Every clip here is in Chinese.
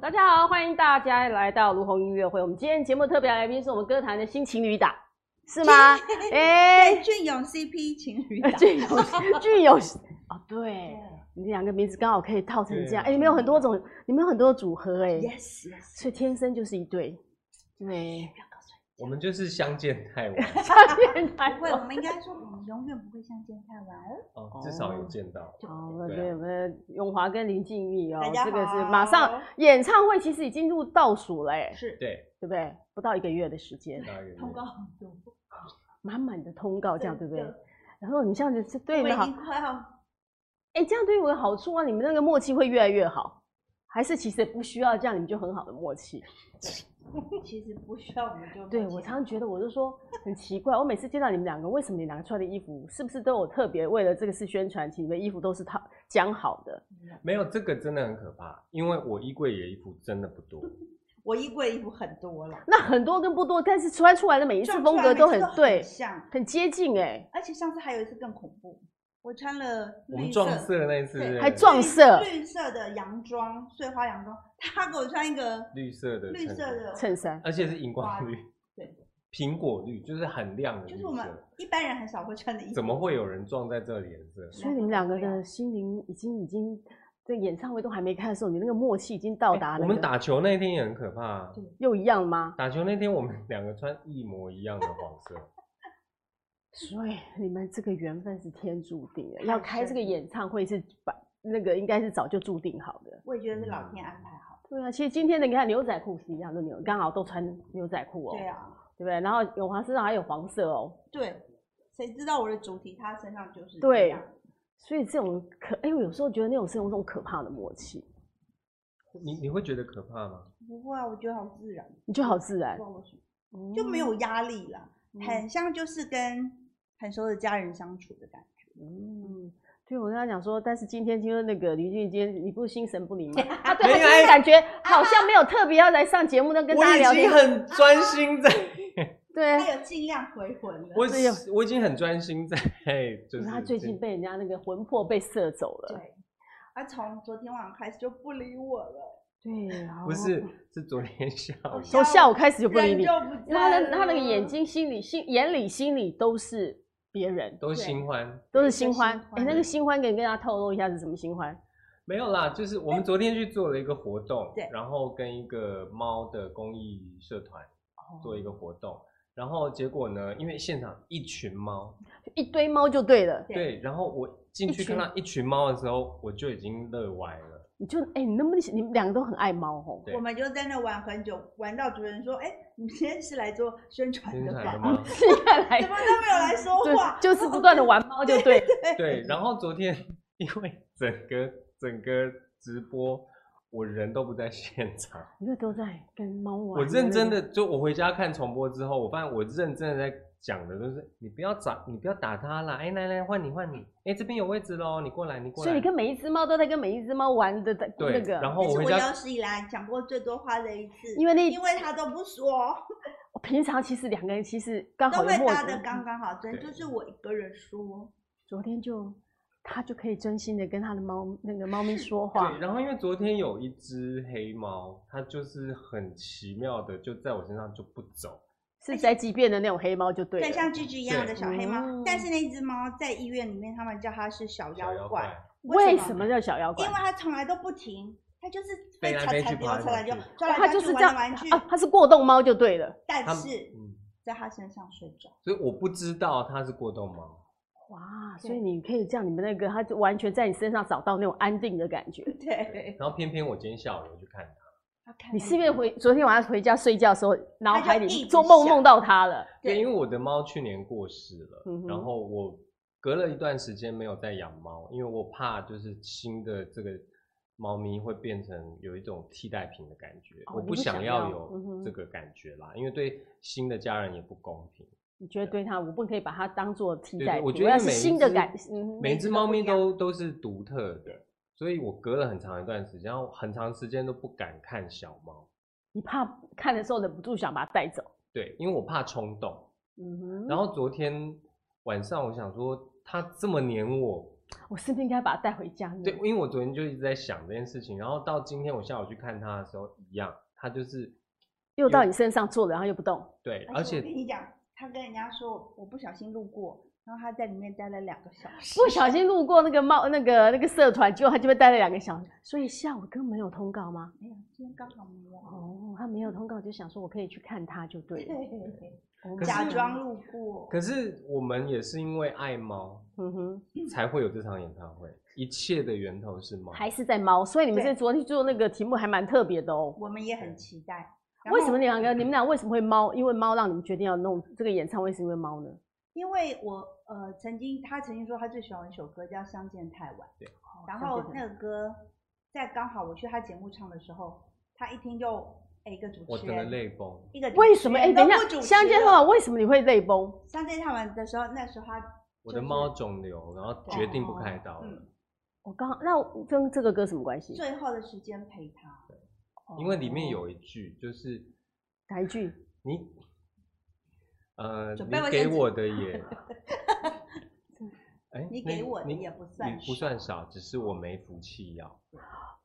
大家好，欢迎大家来到卢红音乐会。我们今天节目特别来宾是我们歌坛的新情侣档，是吗？哎、 对，俊勇 CP 情 侣档，具有具有哦，对，你两个名字刚好可以套成这样。哎、对你们有很多种，你们有很多组合哎、 yes yes，所以天生就是一对。对，我们就是相见太晚哎不会，我 们应该说我们永远不会相见太 晚。哦，至少有见到。好，哦我们我们永华跟林静怡哦大，家好这个是马上演唱会，其实已经入倒数了哎、是对，对不对？不到一个月的时间，大约通告很多，满满的通告这样，对不对对？然后你这样子是对我的已好，经快要 哎、这样对我有好处啊，你们那个默契会越来越好。还是其实也不需要这样，你们就很好的默契。其实不需要我们就对我常常觉得，我就说很奇怪，我每次见到你们两个，为什么你们两个穿的衣服是不是都有特别为了这个事宣传？请你们衣服都是他讲好的，没有这个真的很可怕，因为我衣柜里的衣服真的不多，我衣柜衣服很多了，那很多跟不多，但是穿出来的每一次风格都很撞出来每对次，都很像。很接近哎、而且上次还有一次更恐怖，我穿了我们绿撞色那一次对是还撞色绿色的洋装，碎花洋装，他给我穿一个绿色的绿衬色衫，的，衬衫。而且是荧光绿，对，苹果绿，就是很亮的就绿是我们色。一般人很少会穿的衣服。怎么会有人撞在这里颜色？所以你们两个的心灵已经已经在演唱会都还没看的时候，你那个默契已经到达、那我们个打球那天也很可怕啊，又一样吗？打球那天我们两个穿一模一样的黄色，所以你们这个缘分是天注定的，太要开深这个了演唱会是把那个应该是早就注定好的。我也觉得是老天安排好。对啊，其实今天的你看牛仔裤是一样的牛，刚好都穿牛仔裤哦、对啊，对不对？然后永华身上还有黄色哦、对，谁知道我的主题他身上就是对这样所以这种可哎、我有时候觉得那种是有一种可怕的默契，你你会觉得可怕吗？不会啊，我觉得好自然，你就好自然哦不知，道为什么就没有压力啦，嗯很像就是跟很熟的家人相处的感觉。嗯。对，我跟他讲说，但是今天听说那个李俊，今天你不是心神不宁吗？啊，对，他今天感觉好像没有特别要来上节目，那跟大家聊我已经天。很专心在，对，他有尽量回魂了，我是有我已经很专 心在，就是他最近被人家那个魂魄被射走了。对，他从昨天晚上开始就不理我了，对，啊好不是，是昨天下午。从下午开始就就不理你，就不因为他在的他那个了眼睛、心里、心眼里、心里都是别人，都新欢，都是都新新欢。欢哎、那个新欢，给你跟大家透露一下是什么新欢？没有啦，就是我们哎昨天去做了一个活动，对然后跟一个猫的公益社团哦做一个活动，然后结果呢，因为现场一群猫，一堆猫就对了，对对，然后我进去一群看到一群猫的时候，我就已经乐歪了，你就哎、你能不能，你们两个都很爱猫哦。对我们就在那玩很久，玩到主人说：“哎、你们今天是来做宣传真的的吧？”吗？ 看来怎么都没有来说话，就就是不断的玩猫就 对了。对，然后昨天因为整个整个直播。我人都不在现场，你就都在跟猫玩。我认真的，就我回家看重播之后，我发现我认真的在讲的都是你不要打，你不要打它啦，哎、来来换你换你，哎、这边有位置喽，你过来你过来。所以你跟每一只猫都在跟每一只猫玩的的对，那个。然后这我是回我家有史以来讲过最多话的一次，因为那因为他都不说，我平常其实两个人其实刚都好会有默搭的契刚刚好，真对就是我一个人说，昨天就他就可以真心的跟他的猫那个猫咪说话对，，然后因为昨天有一只黑猫，它就是很奇妙的就在我身上就不走，是宅急便的那种黑猫就对哎啊了。对，像居居一样的小黑嗯猫。但是那只猫在医院里面，他们叫它是小小妖妖怪怪，为什什么？叫小妖因怪为？它从来都不停，它就是飞会来踩飞踩去丢，爬来踩爬来丢去，抓来哦它抓就去是这玩来样玩去，啊，它是过动猫就对了。但它是嗯，在它身上睡着。所以我不知道它是过动猫。哇，对所以你可以这样，你们那个它就完全在你身上找到那种安定的感觉。对，然后偏偏我今天下午有去看它，它看你到是因为回昨天晚上回家睡觉的时候，脑海它就一里直做梦想梦到它了，对，对因为我的猫去年过世了，嗯哼然后我隔了一段时间没有再养猫，因为我怕就是新的这个猫咪会变成有一种替代品的感觉，哦我你不不想想要要有嗯哼这个感觉啦，因为对新的家人也不公平。你觉得对它，我不可以把它当做替对代对品，我觉要得是每一新的只感，嗯每每只只猫都不咪一样都都是独特的，所以我隔了很长一段时间，然后很长时间都不敢看小猫，你怕看的时候忍不住想把它带走。对，因为我怕冲动。嗯哼，然后昨天晚上我想说，它这么黏我，我是不是应该把它带回嗯家呢？对，因为我昨天就一直在想这件事情，然后到今天我下午去看他的时候，一样，他就是又到你身上坐了，然后又不动。对，而且我跟你讲，他跟人家说我不小心路过，然后他在里面待了两个小时。不小心路过那个猫那个那个社团，结果他就被待了两个小时，所以下午根本没有通告吗？哎呀，今天刚好没有。啊哦，他没有通告，就想说我可以去看他就对了。对，嗯哦可是假装，路过。可是我们也是因为爱猫嗯哼，才会有这场演唱会，一切的源头是猫。还是在猫，所以你们对这昨天做那个题目还蛮特别的哦。我们也很期待。为什么你呢？们两个你们俩为什么会猫？因为猫让你们决定要弄这个演唱会，是因为猫呢？因为我呃曾经他曾经说他最喜欢一首歌叫《相见太晚》，对。然相后见太那个歌在刚好我去他节目唱的时候，他一听就哎一个主我持真的人，泪崩。一个主为持什么？人哎、等一都下不主，持相见了恨晚，为什么你会泪崩？相见太晚的时候，那时候他我的就是猫肿瘤，然后决定不开刀了，嗯我刚好那我跟这个歌什么关系？最后的时间陪他，嗯因为里面哦有一句就是哪一句？你，呃，准你备卫给生纸我的也， 哎，你那给我的你也不算你不算少，只是我没服气药。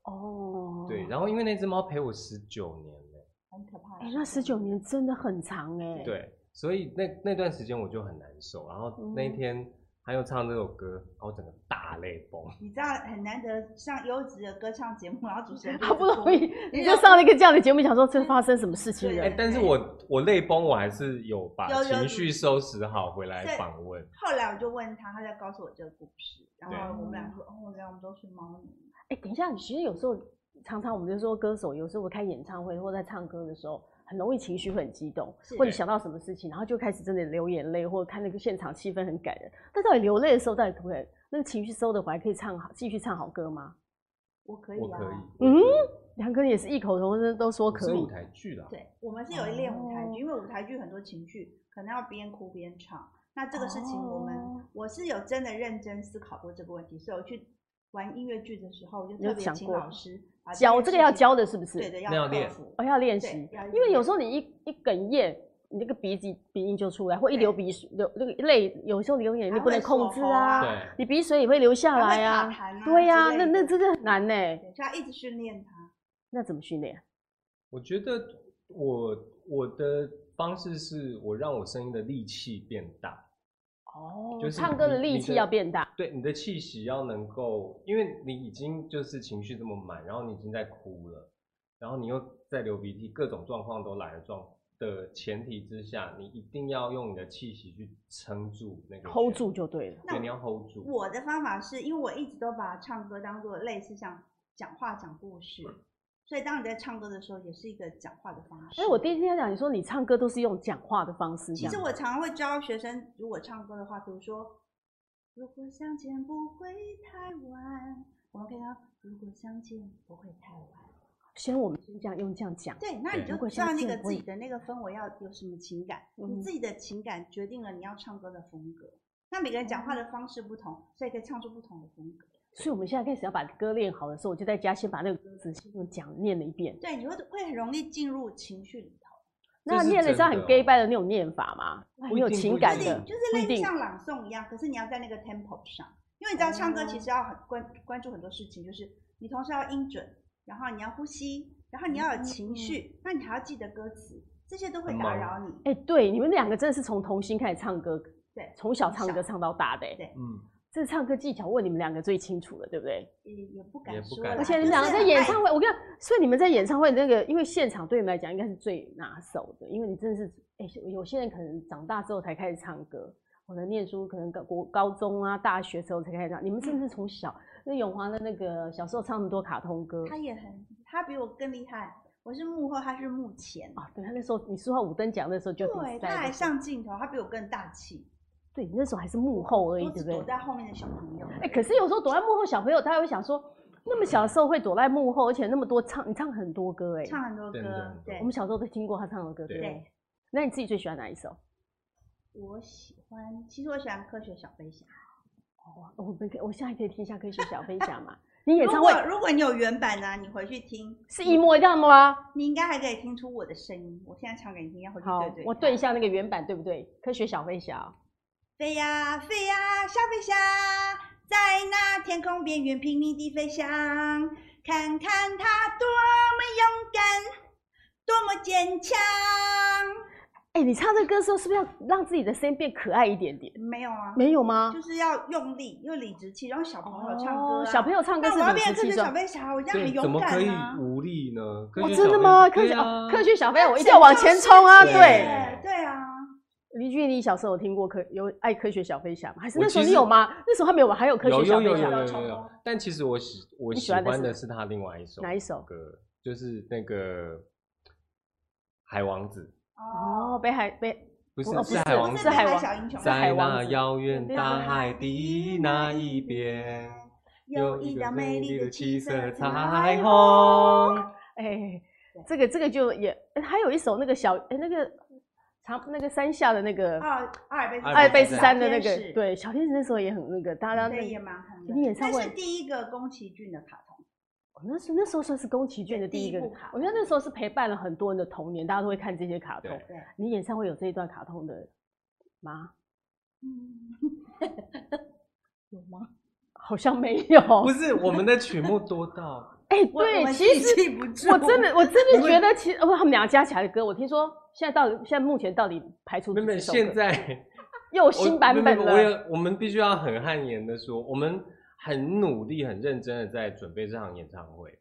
哦，对，然后因为那只猫陪我十九年了，很可怕的哎、事情。那十九年真的很长哎、，对，所以那那段时间我就很难受，然后那一嗯天他又唱这首歌，然后我整个大泪崩。你知道很难得上优质的歌唱节目，然后主持 人就好一不直容说易你就上了一个这样的节目，想说这发生什么事情对了？哎，但是我我泪崩，我还是有把有有情你绪收拾好回来对访问。后来我就问他，他在告诉我这个故事，然对后我们俩说，哦，原来我们都是猫奴。哎、等一下，其实有时候常常我们就说歌手，有时候我开演唱会或在唱歌的时候，很容易情绪会很激动，是或者想到什么事情，然后就开始真的流眼泪，或者看那个现场气氛很感人。但到底流泪的时候，到底可不可以那个情绪收得回来，可以唱好继续唱好歌吗？我可以我啊，可以，嗯我可以两个人也是异口同声都说我可是以舞。台剧啦，对我们是有练舞台哦剧，因为舞台剧很多情绪，可能要边哭边唱。那这个事情我们、哦我是有真的认真思考过这个问题，所以我去玩音乐剧的时候，我就有特别想请过老师把教件这个事要情教的是不是？对的，那要要练克服。我要练习对要，因为有时候候你一一哽咽，你那个鼻子鼻音就出来，或一流鼻水流那个泪，有时候流眼泪还不能会控锁制喉啊，啊对。你鼻水也会流下来啊，啊，啊对呀、之那类那的真的很难呢、对就要一直训练它。那怎么训练？啊我觉得我我的方式是我让我声音的力气变大，哦就是唱歌的你你力的气要变大，对你的气息要能够，因为你已经就是情绪这么满，然后你已经在哭了，然后你又在流鼻涕，各种状况都来了状的前提之下，你一定要用你的气息去撑住那个 hold 旋住，就对了。那对，你要 hold 住。我的方法是因为我一直都把唱歌当做类似像讲话讲故事，所以当你在唱歌的时候，也是一个讲话的方式。哎，我第一天讲，你说你唱歌都是用讲话的方式，其这实样我常常会教学生，如果唱歌的话，比如说，如果相见不会太晚，我们可以说如果相见不会太晚。先我们先这样用这样讲，对，那对你就如果知道相那见个不自会己的那个氛围要有什么情感，嗯你自己的情感决定了你要唱歌的风格。那每个人讲哦话的方式不同，所以可以唱出不同的风格。所以我们现在开始要把歌练好的时候，我就在家先把那个歌词先用讲念了一遍。对，你会会很容易进入情绪里头，这那是念了真像的很哦 gay 拜的那种念法吗？很不一有定情不一感就定的是，就是不一类似定。像朗诵一样，可是你要在那个 tempo 上，因为你知道唱歌其实要很关关注很多事情，就是你同时要音准，然后你要呼吸，然后你要有嗯情绪，那你还要记得歌词，这些都会很打忙扰你。哎、对，你们两个真的是从童心开始唱歌，对，从小唱从歌小唱到大的、对欸，嗯，这唱歌技巧问你们两个最清楚了，对不对？也也不也敢不说啦。敢对而且就你们两个啊是哎在很演爱唱会，我跟你讲，所以你们在演唱会那个，因为现场对你们来讲应该是最拿手的，因为你真的是，哎、有些人可能长大之后才开始唱歌，我的念书可能高国高中啊、大学时候才开始唱，你们真的是从小，那永华的那个小时候唱那么多卡通歌，他也很，他比我更厉害。我是幕后，他是幕前。啊，对他那时候你说他五等奖那时候就比对，赛他还的时候上镜头，他比我更大气。对你那时候还是幕后而已，我对只不对躲？在后面的小朋友。哎、可是有时候躲在幕后，小朋友他还会想说，那么小的时候会躲在幕后，而且那么多唱，你唱很多歌哎、唱很多真的很歌多，对我，们小时候都听过他唱的歌，对不对对？那你自己最喜欢哪一首？我喜欢，其实我喜欢科学小飞侠。哦，我们可以我现在可以听一下《科学小飞侠》嘛？ 你演如唱会果如果你有原版呢、你回去听，是一模一样的吗？你应该还可以听出我的声音。我现在唱给你听，要回去好对对。，我对一。下那个原版，对不对？《科学小飞侠飞呀飞呀，小飞侠，在那天空边缘拼命地飞翔，看看它多么勇敢，多么坚强。哎、你唱这歌的时候是不是要让自己的声音变可爱一点点？没有啊，没有吗？就是要用力，又理直气，然后小朋友唱歌、啊哦小朋友唱歌那是我要理变直科气学小壮。飞侠，我这样对很怎勇么可敢以啊！无力呢？科哦，学真的小吗？科飞学、侠哦，对啊科学小飞，我一定要往前冲啊！对对，对啊，林俊，你小时候有听过科有爱科学小飞侠吗？还是我那时候其你实有吗？那时候还没有吧？还有科有学小有飞侠有有吗有小有飞侠有，但其实我喜我你喜喜欢的欢的是是他另外一首哪一首歌，就是那个《海王子哦，哦，北海北》，不是哦不是是海不王是子北海王小英雄，在海在王那子遥远对大海的那一边，有一道美丽的七色彩。虹。哎、这个这个就也、哎还有一首那个小哎、那个长那个山下的那个啊，阿尔卑斯阿爱尔贝卑斯斯山山的那小天个使对小天使那时候也很那个，大家那对个也蛮红的，你演唱那会是第一个宫崎骏的卡通，哦那是那时候算是宫崎骏的对第一第个一部卡，我觉得那时候是陪伴了很多人的童年，大家都会看这些卡通对。对，你演唱会有这一段卡通的吗？嗯，有吗？好像没有。不是我们的曲目多 到，哎、我我对，们其自己实记不住，我真的我真的觉得，其实哦他们俩加起来的歌，我听说现在到底现在目前到底排出妹几妹首现歌 在又有我新版没本没了我。也我们必须要很汗颜的说，我们很努力、很认真的在准备这场演唱会，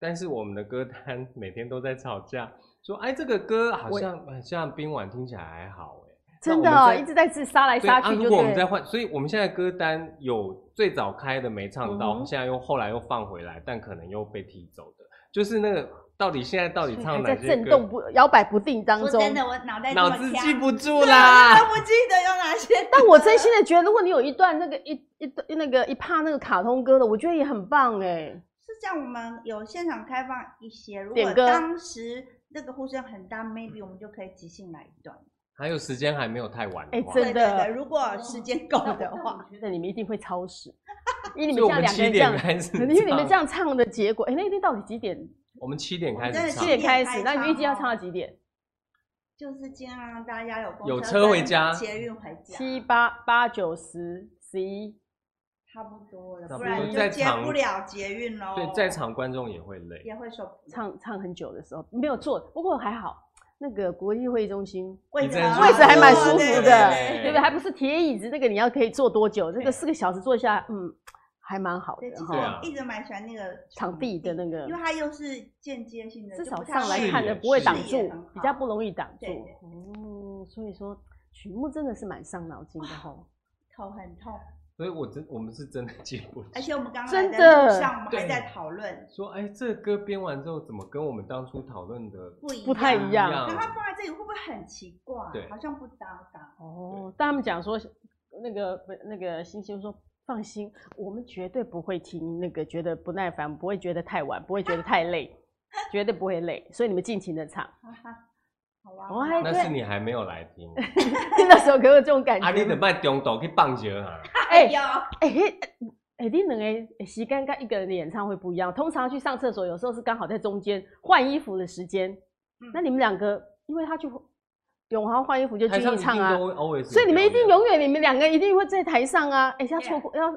但是我们的歌单每天都在吵架，说哎这个歌好我像好像冰碗听起来还好哎，真的那哦、我们在一直在自杀来对杀啊，去如就果我们对再了。换，所以我们现在歌单有最早开的没唱到，嗯哼现在又后来又放回来，但可能又被踢走的，就是那个到底现在到底唱还哪在些震动歌，不摇摆不定当说中，真的，我脑袋这么脑子呛记不啊住对啦我都。不记得有哪些，但我真心 的觉得，如果你有一段那个一一段那个一帕那个卡通歌的，我觉得也很棒哎。是这样，我们有现场开放一些，如点果歌当时那个呼声很大，maybe 我们就可以即兴来一段。还有时间还没有太晚的哎话，真对对的哦对，如果时间够的我话，觉得你们一定会超时，因为你所们这样以我们两个七人这点样，开始，因为你们这，样唱的结果，哎、那一天到底几点？我们七点开真始的几唱，点点开开始？那你们唱预计要哦唱到几点？就是尽量让大家有公有车车回跟家捷运回家，七八八九十十一，差不多了，差不不然多就在接场不了捷运喽。对，在场观众也会累。也会受不了。唱唱很久的时候没有坐，不过还好，那个国际会议中心位你置真的很是好位置还蛮坐舒服啊对 的对啊对不对？还不是铁椅子，那个你要可以坐多久？这个四个小时坐下来，嗯，还蛮好对，对的其实对哈啊。我一直蛮喜欢那个场地的那个因为，它又是间接性的，至就少不太上来会看视的野不会视挡野住很好，比较不容易挡住对对。哦，所以说曲目真的是蛮伤脑筋的哈。头很痛。所以我真我们是真的记不住而，且我们刚刚真来的的路上，我们还对在讨论，说哎这歌编完之后怎么跟我们当初讨论的不一不太一样然后放在这里会不会很奇怪？嗯对好像不搭嘎。哦，但他们讲说那个不那个星星说。放心，我们绝对不会听那个，觉得不耐烦，不会觉得太晚，不会觉得太累，绝对不会累，所以你们尽情的唱。 哈哈，好啊，我好啊还那对是你还没有来听，那首歌有这种感觉吗。啊，你得卖中岛去放球 啊，哎哎呦，哎、欸，哎、欸，你两个的时间跟一个人的演唱会不一样。通常去上厕所，有时候是刚好在中间换衣服的时间。嗯那你们两个，因为他去永豪换衣服就继台续上一唱定啊都，会 always，所以你们一定有表永演。远，你们两个一定会在台上啊。哎、要错 Yeah 过，要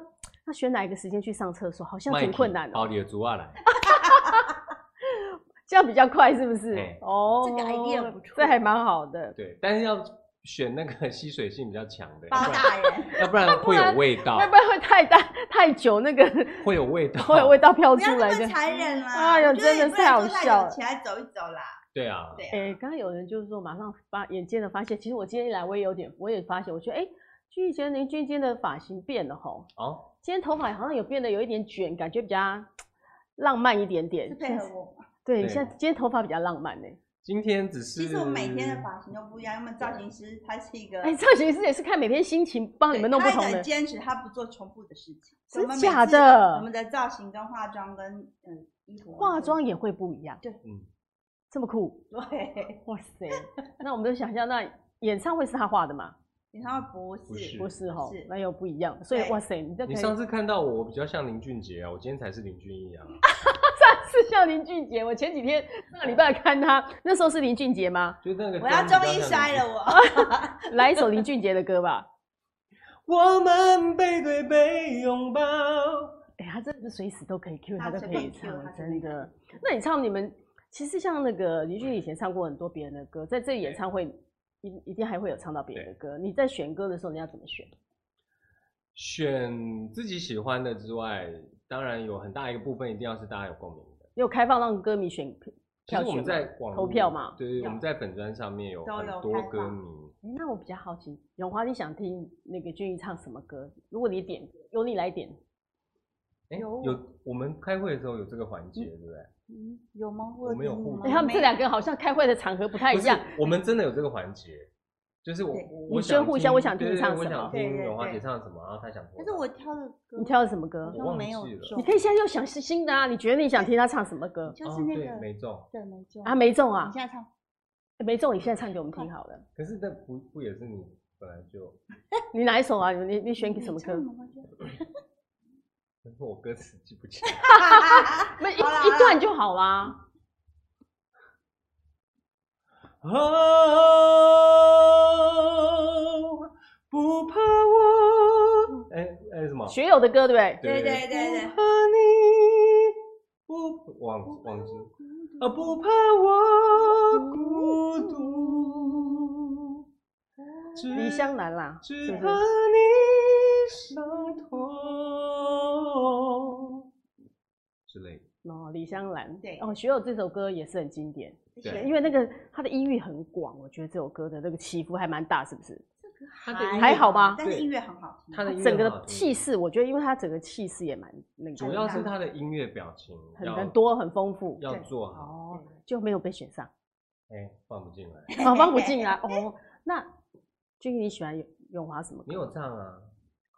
要选哪一个时间去上厕所，好像麦挺困克难哦的、包你的竹啊来，这样比较快，是不是哎？哦，这个 idea 不错这还蛮好的。对，但是要选那个吸水性比较强 的，要包不然大人，要不然会有味道要，不然会太大太久，那个会有味道，会有味道飘不要出那来么的。残忍啦！哎呦我觉得真的也不太能好说太笑有了起来走一走啦。对啊，对啊，哎、刚刚有人就是说，马上发眼见的发现，其实我今天一来，我也有点，我也发现，我觉得哎，俊逸觉得林君今天的发型变了吼，哦，今天头发好像有变得有一点卷，感觉比较浪漫一点点是。配合我嘛。对，你对现在今天头发比较浪漫呢、今天只是其实我每天的发型都不一样，因为造型师他是一个，哎、造型师也是看每天心情帮你们弄不对他同很的。坚持，他不做重复的事情。真我们每假次的我们的造型跟化妆跟嗯衣服，化妆也会不一样，嗯，这么 酷！对，哇塞，那我们就想象，那演唱会是他画的嘛？演唱会不是不是不是吼是，那又不一样。所以对哇塞，你这可你以上次看到我比较像林俊杰啊，我今天才是林俊逸啊， 是像林俊杰。我前几天上个礼拜看他，那时候是林俊杰吗？就那个我要妆比终较于像摔 林了俊，我。来一首林俊杰的歌吧。我们背对背拥抱。哎、他真的是随时都可以 Q，他他都真可的以可以 cue，他唱，真真的的。那你唱你们，其实像那个林俊以前唱过很多别人的歌，在这个演对唱会一一定还会有唱到别人的歌。你在选歌的时候，你要怎么选？选自己喜欢的之外，当然有很大一个部分一定要是大家有共鸣的。你有开放让歌迷选其票实选我们吗在网络投票嘛对对，有我们在粉砖上面有都很有多开歌放迷，诶那我比较好奇，永华，你想听那个俊逸唱什么歌？如果你点，由你来点。哎，有有我们开会的时候有这个环节，对不对？嗯，有吗？我们有听互吗诶哎他们没这两个好像开会的场合不太一样不。是，我们真的有这个环节，就是我对我你我先互相我想听对你唱什对我么想对听对永华对姐唱什么，然后她想听。但是我挑的歌，你挑的什么歌好？我像忘没有记了中你可以现在又想新的啊！你觉得你想听他唱什么歌？就哦是那对个没中，对没中啊，没中啊你，现在唱，没中，你现在唱给我们听好了。可是那不不也是你本来就，你哪一首啊？你你选什么你歌唱？吗 我觉得哦但是我歌词记不清， 那一好啦一段就好啦。哦，不怕我，哎哎什么？学友的歌对不对？对对对对不怕你，不忘忘记啊，不怕我孤独，只李香兰啦，只是怕不是？你伤痛之类的。哦，李香兰。对哦，学友这首歌也是很经典，谢谢对因为那个它的音域很广，我觉得这首歌的那个起伏还蛮大，是不是？这个的音乐还好吧但是对音乐很好听。他的音乐整个很好的听气势，我觉得因为它整个气势也蛮那个，主要是他的音乐表情很要很多很丰富。要对做好，哦，就没有被选 上，哎，放不进来。哦，放不进来。哦，那君你喜欢永永华什么歌？你有唱啊？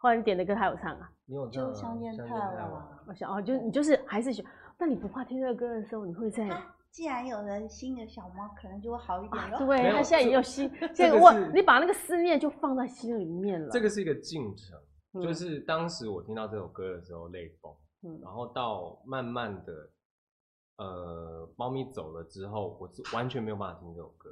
后来你点的歌他有唱啊？你有就唱啊？相见相太见太晚晚。我想哦，就你就是还是喜欢。那你不怕听这个歌的时候，你会在他既然有了新的小猫，可能就会好一点啊了。？对没有他现在也有心，现在这个我是你把那个思念就放在心里面了。这个是一个进程，嗯就是当时我听到这首歌的时候泪崩，嗯然后到慢慢的，呃，猫咪走了之后，我是完全没有办法听这首歌，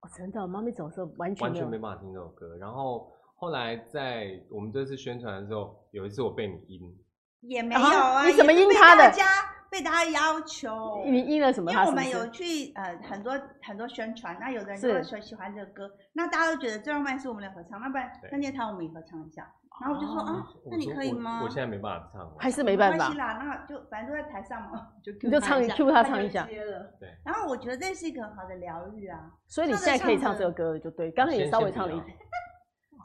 哦，真的，妈咪走的时候完全完没有全没办法听这首歌。然后后来在我们这次宣传的时候，有一次我被你阴，也没啊有啊，你也怎么是应被他的大家被大家要求，你因了什么因他是为我不们是？有去呃很多很多宣传，那有的人就会是说喜欢这个歌，那大家都觉得最浪漫是我们俩合唱，那不然对那那堂我们也合唱一下，然后我就说啊，我那你说可以我吗我现在没办法唱了，还哦是没办没关法系。啦，那就反正都在台上嘛， 就 Q 你就他唱一下 Q 他唱一下就接了对然后我觉得这是一个很好的疗愈啊，所以你现在可以唱这个歌了，就对。刚才也先稍微先不唱了一要点，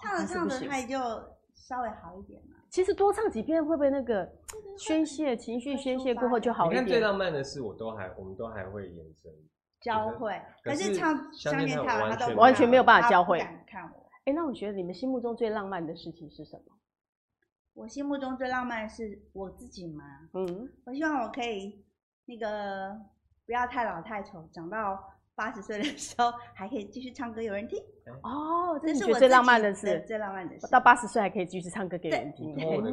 唱着啊还是唱不着行它也就稍微好一点了。其实多唱几遍会不会那个宣泄情绪嗯会宣抒泄过发后就好你一看最点？浪漫的事，我都还我们都还会延伸，交可是汇，可可是是唱相相见见太太晚晚，完他都全不完敢全没有办法他交不汇敢看我，哎，那我觉得你们心目中最浪漫的事情是什么？我心目中最浪漫的是我自己嘛。嗯，我希望我可以那个不要太老太丑，长到八十岁的时候还可以继续唱歌有人听，哦，这是这你是觉我得最自浪己漫的的事。最浪漫的事。到八十岁还可以继续唱歌给人听。你摸我的嗯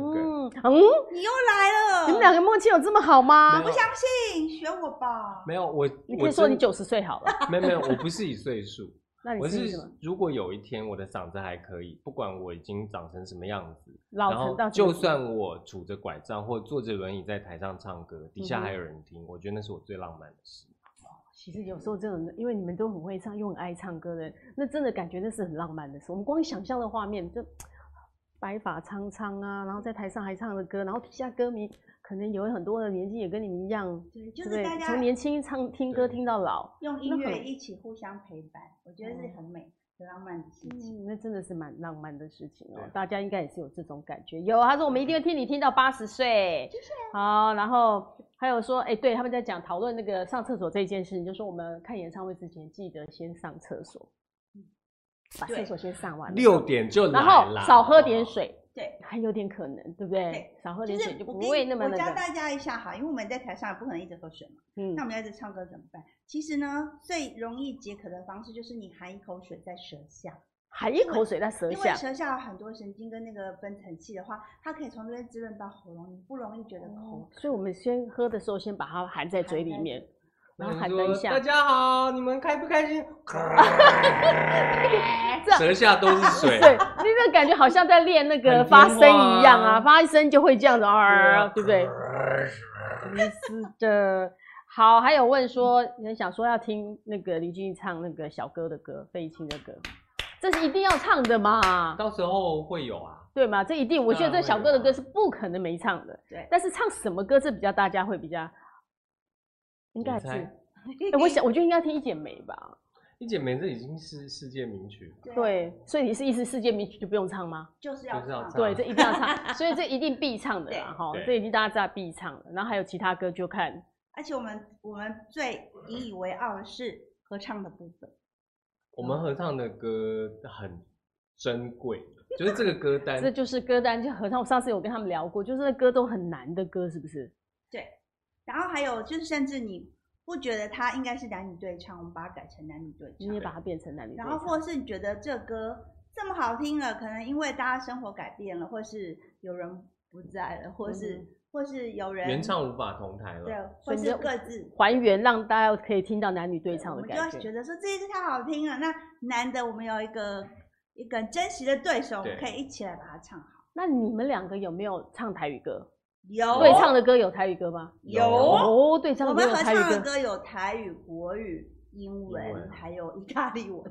梗嗯，你又来了，你们两个默契有这么好吗没有？不相信，选我吧。没有我，啊你我可以说真你九十岁好了。没有没有，我不是以岁数，那 你我是是什么？如果有一天我的嗓子还可以，不管我已经长成什么样子，老然成后到就90算我拄着拐杖或坐着轮椅在台上唱歌，底嗯下哼还有人听，我觉得那是我最浪漫的事。其实有时候这种，因为你们都很会唱，又很爱唱歌的人，那真的感觉那是很浪漫的事。我们光想象的画面，就白发苍苍啊，然后在台上还唱着歌，然后底下歌迷可能有很多的年纪也跟你们一样，对，对就不是对大？家从年轻唱听歌对听到老，用音那乐很哦一起互相陪伴，我觉得是很美、很浪漫的事情。嗯，那真的是蛮浪漫的事情哦、对大家应该也是有这种感觉。有，啊他说我们一定会听你听到八十岁。好，然后还有说，哎、对，他们在讲讨论那个上厕所这件事情，就说我们看演唱会之前记得先上厕所，把对厕所先上完，六点就来然后啦少喝点。水，对，还有点可能，对不对？对少喝就点水是就我不跟会那么我那教个。大家一下哈，因为我们在台上也不可能一直喝水嘛，嗯那我们要一直唱歌怎么办？其实呢，最容易解渴的方式就是你含一口水在舌下，含一口水在舌因为下，舌下有很多神经跟那个分层器的话，它可以从这边滋润到喉咙，你不容易觉得哦口 所以我们先喝的时候先把它含在嘴里含在面，然那后你含说等一下 大。家好，你们开不开心？这样舌下都是水， 对，你那感觉好像在练那个很发听声话一样啊，啊发声就会这样子，啊，对不对？是的。好，还有问说，你想说要听那个李俊唱那个小哥的歌，费玉清的歌，这是一定要唱的嘛？ 到时候会有啊，对嘛？这一定，我觉得这小哥的歌当然会有啊是不可能没唱的。对但是唱什么歌，这比较大家会比较，应该还你是。猜哎、我想，我觉得应该听一剪梅吧。一姐妹这已经是世界名曲了，对，所以你是意思世界名曲就不用唱吗？就是要就是要唱唱对，这一定要 唱，所以这一定必唱的啦，哈，对这一定大家知道必唱的。然后还有其他歌就看而且我们我们最引以为傲的是合唱的部分，我们合唱的歌很珍贵，就是这个歌单这就是歌单，就合唱。我上次有跟他们聊过，就是那歌都很难的歌，是不是？对。然后还有就是，甚至你不觉得它应该是男女对唱，我们把它改成男女对你也唱，把它变成男女对然唱。后或是你觉得这歌这么好听了，可能因为大家生活改变了，或是有人不在了，或是、嗯或是有人原唱无法同台对了，，所或以你是就各自还原，让大家可以听到男女对唱我的们就要感觉觉。得说这一支太好听了，那难得我们有一个一个珍惜的对手，我们对可以一起来把它唱好。那你们两个有没有唱台语歌？有对唱的歌有台语歌吗？有，哦，对唱哦我的歌有们合台唱语的歌。歌有台语、国语、英英文，文还有意大利文。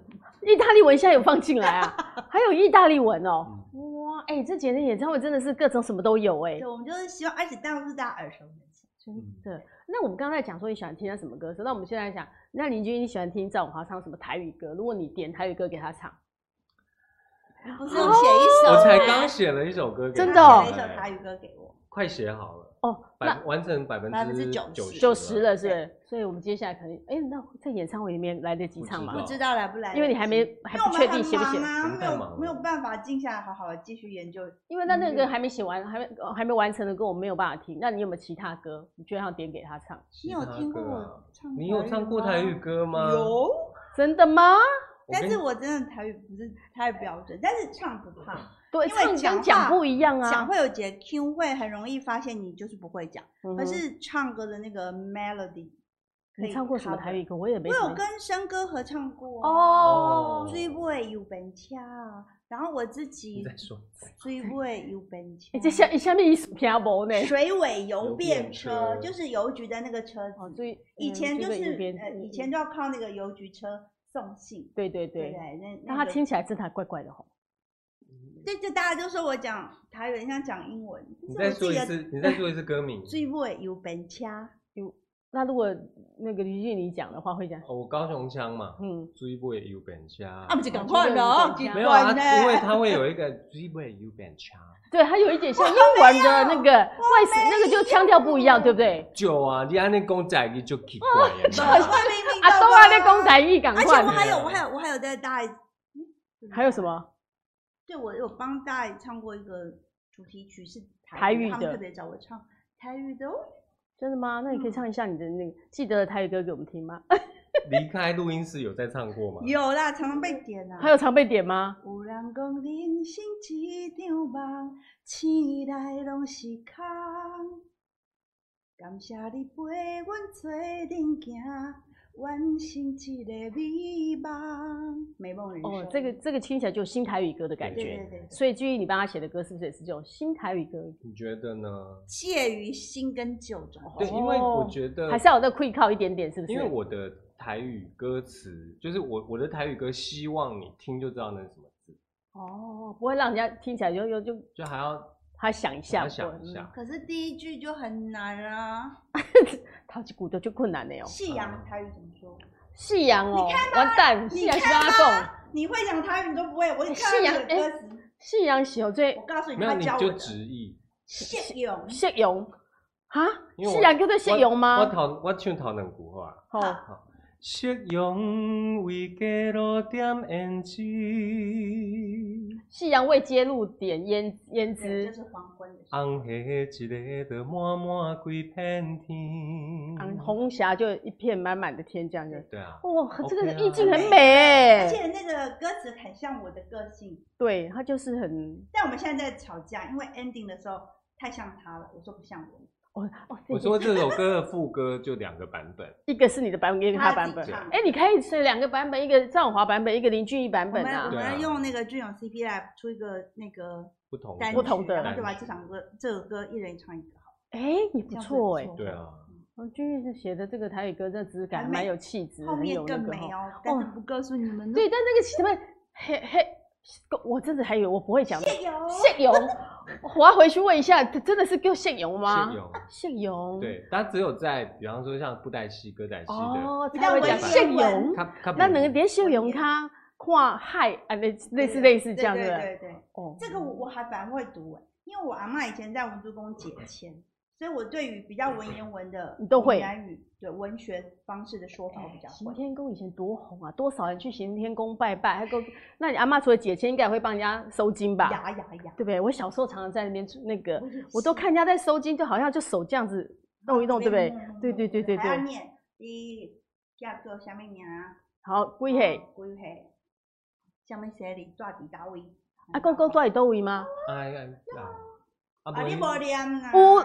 意大利文现在有放进来 啊，还有意大利文哦。嗯哇，哎、这姐的演唱会真的是各种什么都有哎、对，我们就是希望，而且当然是大家耳熟能详。真的。那我们刚才讲说你喜欢听他什么歌手，那我们现在讲，那林君你喜欢听赵永华唱什么台语歌？如果你点台语歌给他唱，不是我写一首，我才刚写了一首歌给他，哦真的哦写了一首台语歌给我。快写好了，哦，那百完成百分百分之之九十九九十了是不是？所以我们接下来可能，哎、那在演唱会里面来得及唱不吗不？知道来不来得因及，为你还没还因为我不们确很定写不写，忙啊我们没哦太忙有了没有办法静下来好好地继续研究。因为那那个嗯歌还没写完，还没呃还没完成的歌我们没有办法听。那你有没有其他歌？你觉得要点给他唱？你有听过我唱你有唱过吗台语歌吗？有。真的吗？我跟但你，是我真的台语不是太标准，但是唱不胖，啊对，因唱为讲跟话讲不一样讲啊。会有节 Q 会很容易发现你就是不会讲，嗯哼可是唱歌的那个 melody，可你以唱过什么台语 cover？歌？我也没我什么。有跟生哥合唱过啊哦，追尾有本腔，然后我自己你再说，追尾有本腔哎，这下下面一首听无呢？水尾邮邮便便车车就是邮局的那个车哦，子，追以前就追尾是路边呃以嗯前就要靠那个邮局车送信，对对对对不，对？那那他个听起来真的还怪怪的吼。对，就大家都说我讲台语很像讲英文。这你再是我自说一己的次，你再说一次 歌名。最尾有本掐，啊那如果那个李俊你讲的话，会讲哦，我高雄腔嘛， 嗯，追尾有本家，是赶快哦啦赶快没有啊，啊呢因为它会有一个追尾有本家对，他有一点像英文的那个外省，那个就腔调不一样，对不对？就啊，你安尼讲台语就奇怪 我呀。明明 啊，都啊要在公仔一赶而且快我。还有，呢我还有，我还有在大爱，还有什么？对我有帮大爱唱过一个主题曲是台语他们的特别找我唱台语的哦。真的吗？那你可以唱一下你的那个记得的台语歌给我们听吗？离开录音室有在唱过吗？有啦，常常被点啊 啦。还有常被点吗？有人讲人生一场梦，醒来拢是空。感谢你陪阮做阵行，完成一个美梦。美梦人生。哦，这个这个听起来就新台语歌的感对对觉。对，所以居宇，你帮他写的歌是不是也是这种新台语歌？你觉得呢？介于新跟旧中对，间。因为我觉得还是要有那个 quick 靠一点点，是不是？因为我的台语歌词就是我我的台语歌，希望你听就知道那是什么字，哦，不会让人家听起来就就就就还要他想一还下，嗯要想一下。可是第一句就很难啊。他去骨头就困难了哦。夕阳台语怎么说？夕阳哦，你看啊完蛋，夕你阳是看啊帮他送。吧，你会讲台语你都不会，我一哎看到夕阳哎这个歌词，夕阳喜欢最我告诉你，没有他你教我就的。直译，谢勇。谢勇啊，因为夕我阳叫做谢勇我吗？讨我唱讨两句话。哦，夕阳为家路点胭脂，夕阳未揭露点胭胭对就脂，是黄昏的时候。红霞一个就满满规片天。嗯，红霞就一片满满的天这样子。对啊，哇，这个 OK 啊意境很美而哎。且那个歌词很像我的个性，对，他就是很但我们现在在吵架，因为 ending 的时候太像他了，我说不像我，哦哦，我说这首歌的副歌就两个版本，一个是你的版本，一个他版本自。己唱哎、你可以是两个版本，一个赵华版本，一个林俊逸版我本们我啊对。啊们用那个俊勇 CP 来出一个那个不同单的曲不同的然后就把单这曲首歌这首歌一人唱一个好了，哎、也这不样子错哎、很对啊，哦俊逸是写的这个台语歌，这质感很美蛮有气质，后嗯很面有那更个美哈。哦，但是不告诉你们哦。对，但那个什么嘿嘿，我真的还以为我不会讲的。谢油，谢勇，我要回去问一下，真的是叫谢勇吗？是有谢勇，，对，它只有在比方说像布袋戏、歌仔戏的，哦，比他较会文讲言谢文勇，它它不那能连谢勇他跨海啊，类类似类似这样对的对对对，哦，这个我我还反而会读哎，因为我阿嬷以前在文殊宫解签，所以我对于比较文言文的你都会哎闽南语对文学方式的说法我比较行会。天宫以前多红啊，多少人去行天宫拜拜，还够。那你阿妈除了解签，应该也会帮人家收金吧？呀呀呀！对不对？我小时候常常在那边那个，也我都是看人家在收金，就好像就手这样子弄一弄，对不对？对对对对还要对。念你叫做什么名？啊好，贵嘿，几岁？什么学历？住伫倒位？啊，公公住在都位吗？哎哎啊，啊啊，你然无念啦。有，我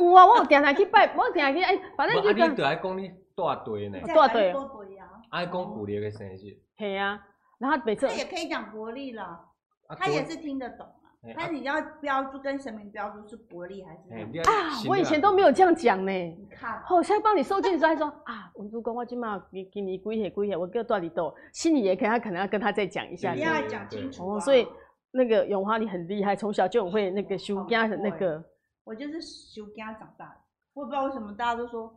有啊，我有常常去拜，我常常去哎，反正不去啊，你跟，得爱讲你大队呢，对大队多不啊，爱讲古烈的生日，嘿啊，然后每次这也可以讲国历了，啊他也，是听得懂啊哎。但你要标注跟神明标注是国历还是国哎什么你？要啊行，我以啦前都没有这样讲呢。你看，哦后现在帮你收进去，他说啊，文珠公，我今嘛给给你归些归些，我哥到底豆，心里也可能他可能要跟他再讲一下你这对样。要讲清楚啊。哦，所以那个永华你很厉害，从小就很会那个修家的那个，我就是修跟他长大的，我也不知道为什么大家都说。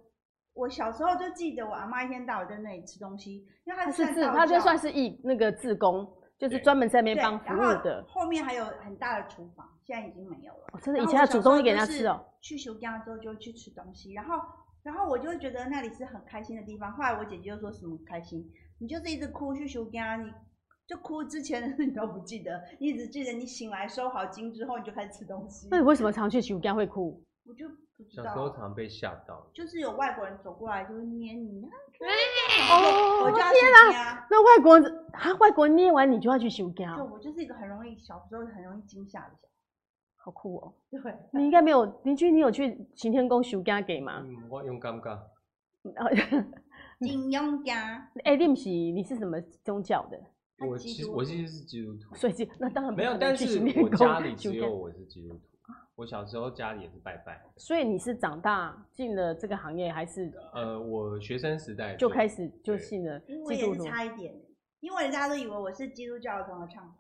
我小时候就记得我阿妈一天到晚在那里吃东西，因为他她是算自道他就教算是义那个自工，就是对专门在那边对，帮服然务后的。后面还有很大的厨房，现在已经没有了。哦真的，然以后前要我小煮时候东西给人家就是吃哦。去休假之后就去吃东西，然后然后我就会觉得那里是很开心的地方。后来我姐姐就说什么开心，你就是一直哭去休假，你就哭之前的事你都不记得，你只记得你醒来收好筋之后你就开始吃东西。那你为什么常去修家会哭？我就不知小时候道。常被吓到，就是有外国人走过来就会捏你，哦我就要天啊休假。那外国人啊，外国人捏完你就要去修家哦就，我就是一个很容易小时候很容易惊吓的小好酷哦！孩，对。你应该没有邻居，你有去行天宫修家给吗？嗯，我用感觉，啊金庸家，哎，你不是你是什么宗教的？他我基其实督我徒其实是基督徒，所以就那当然不没有，可能但去是洗面我供家里修只改有我是基督徒，我小时候家里也是拜拜，所以你是长大进了这个行业，还是呃，我学生时代就开始就对信了因为我基也督是徒？差一点，因为大家都以为我是基督教中的唱团，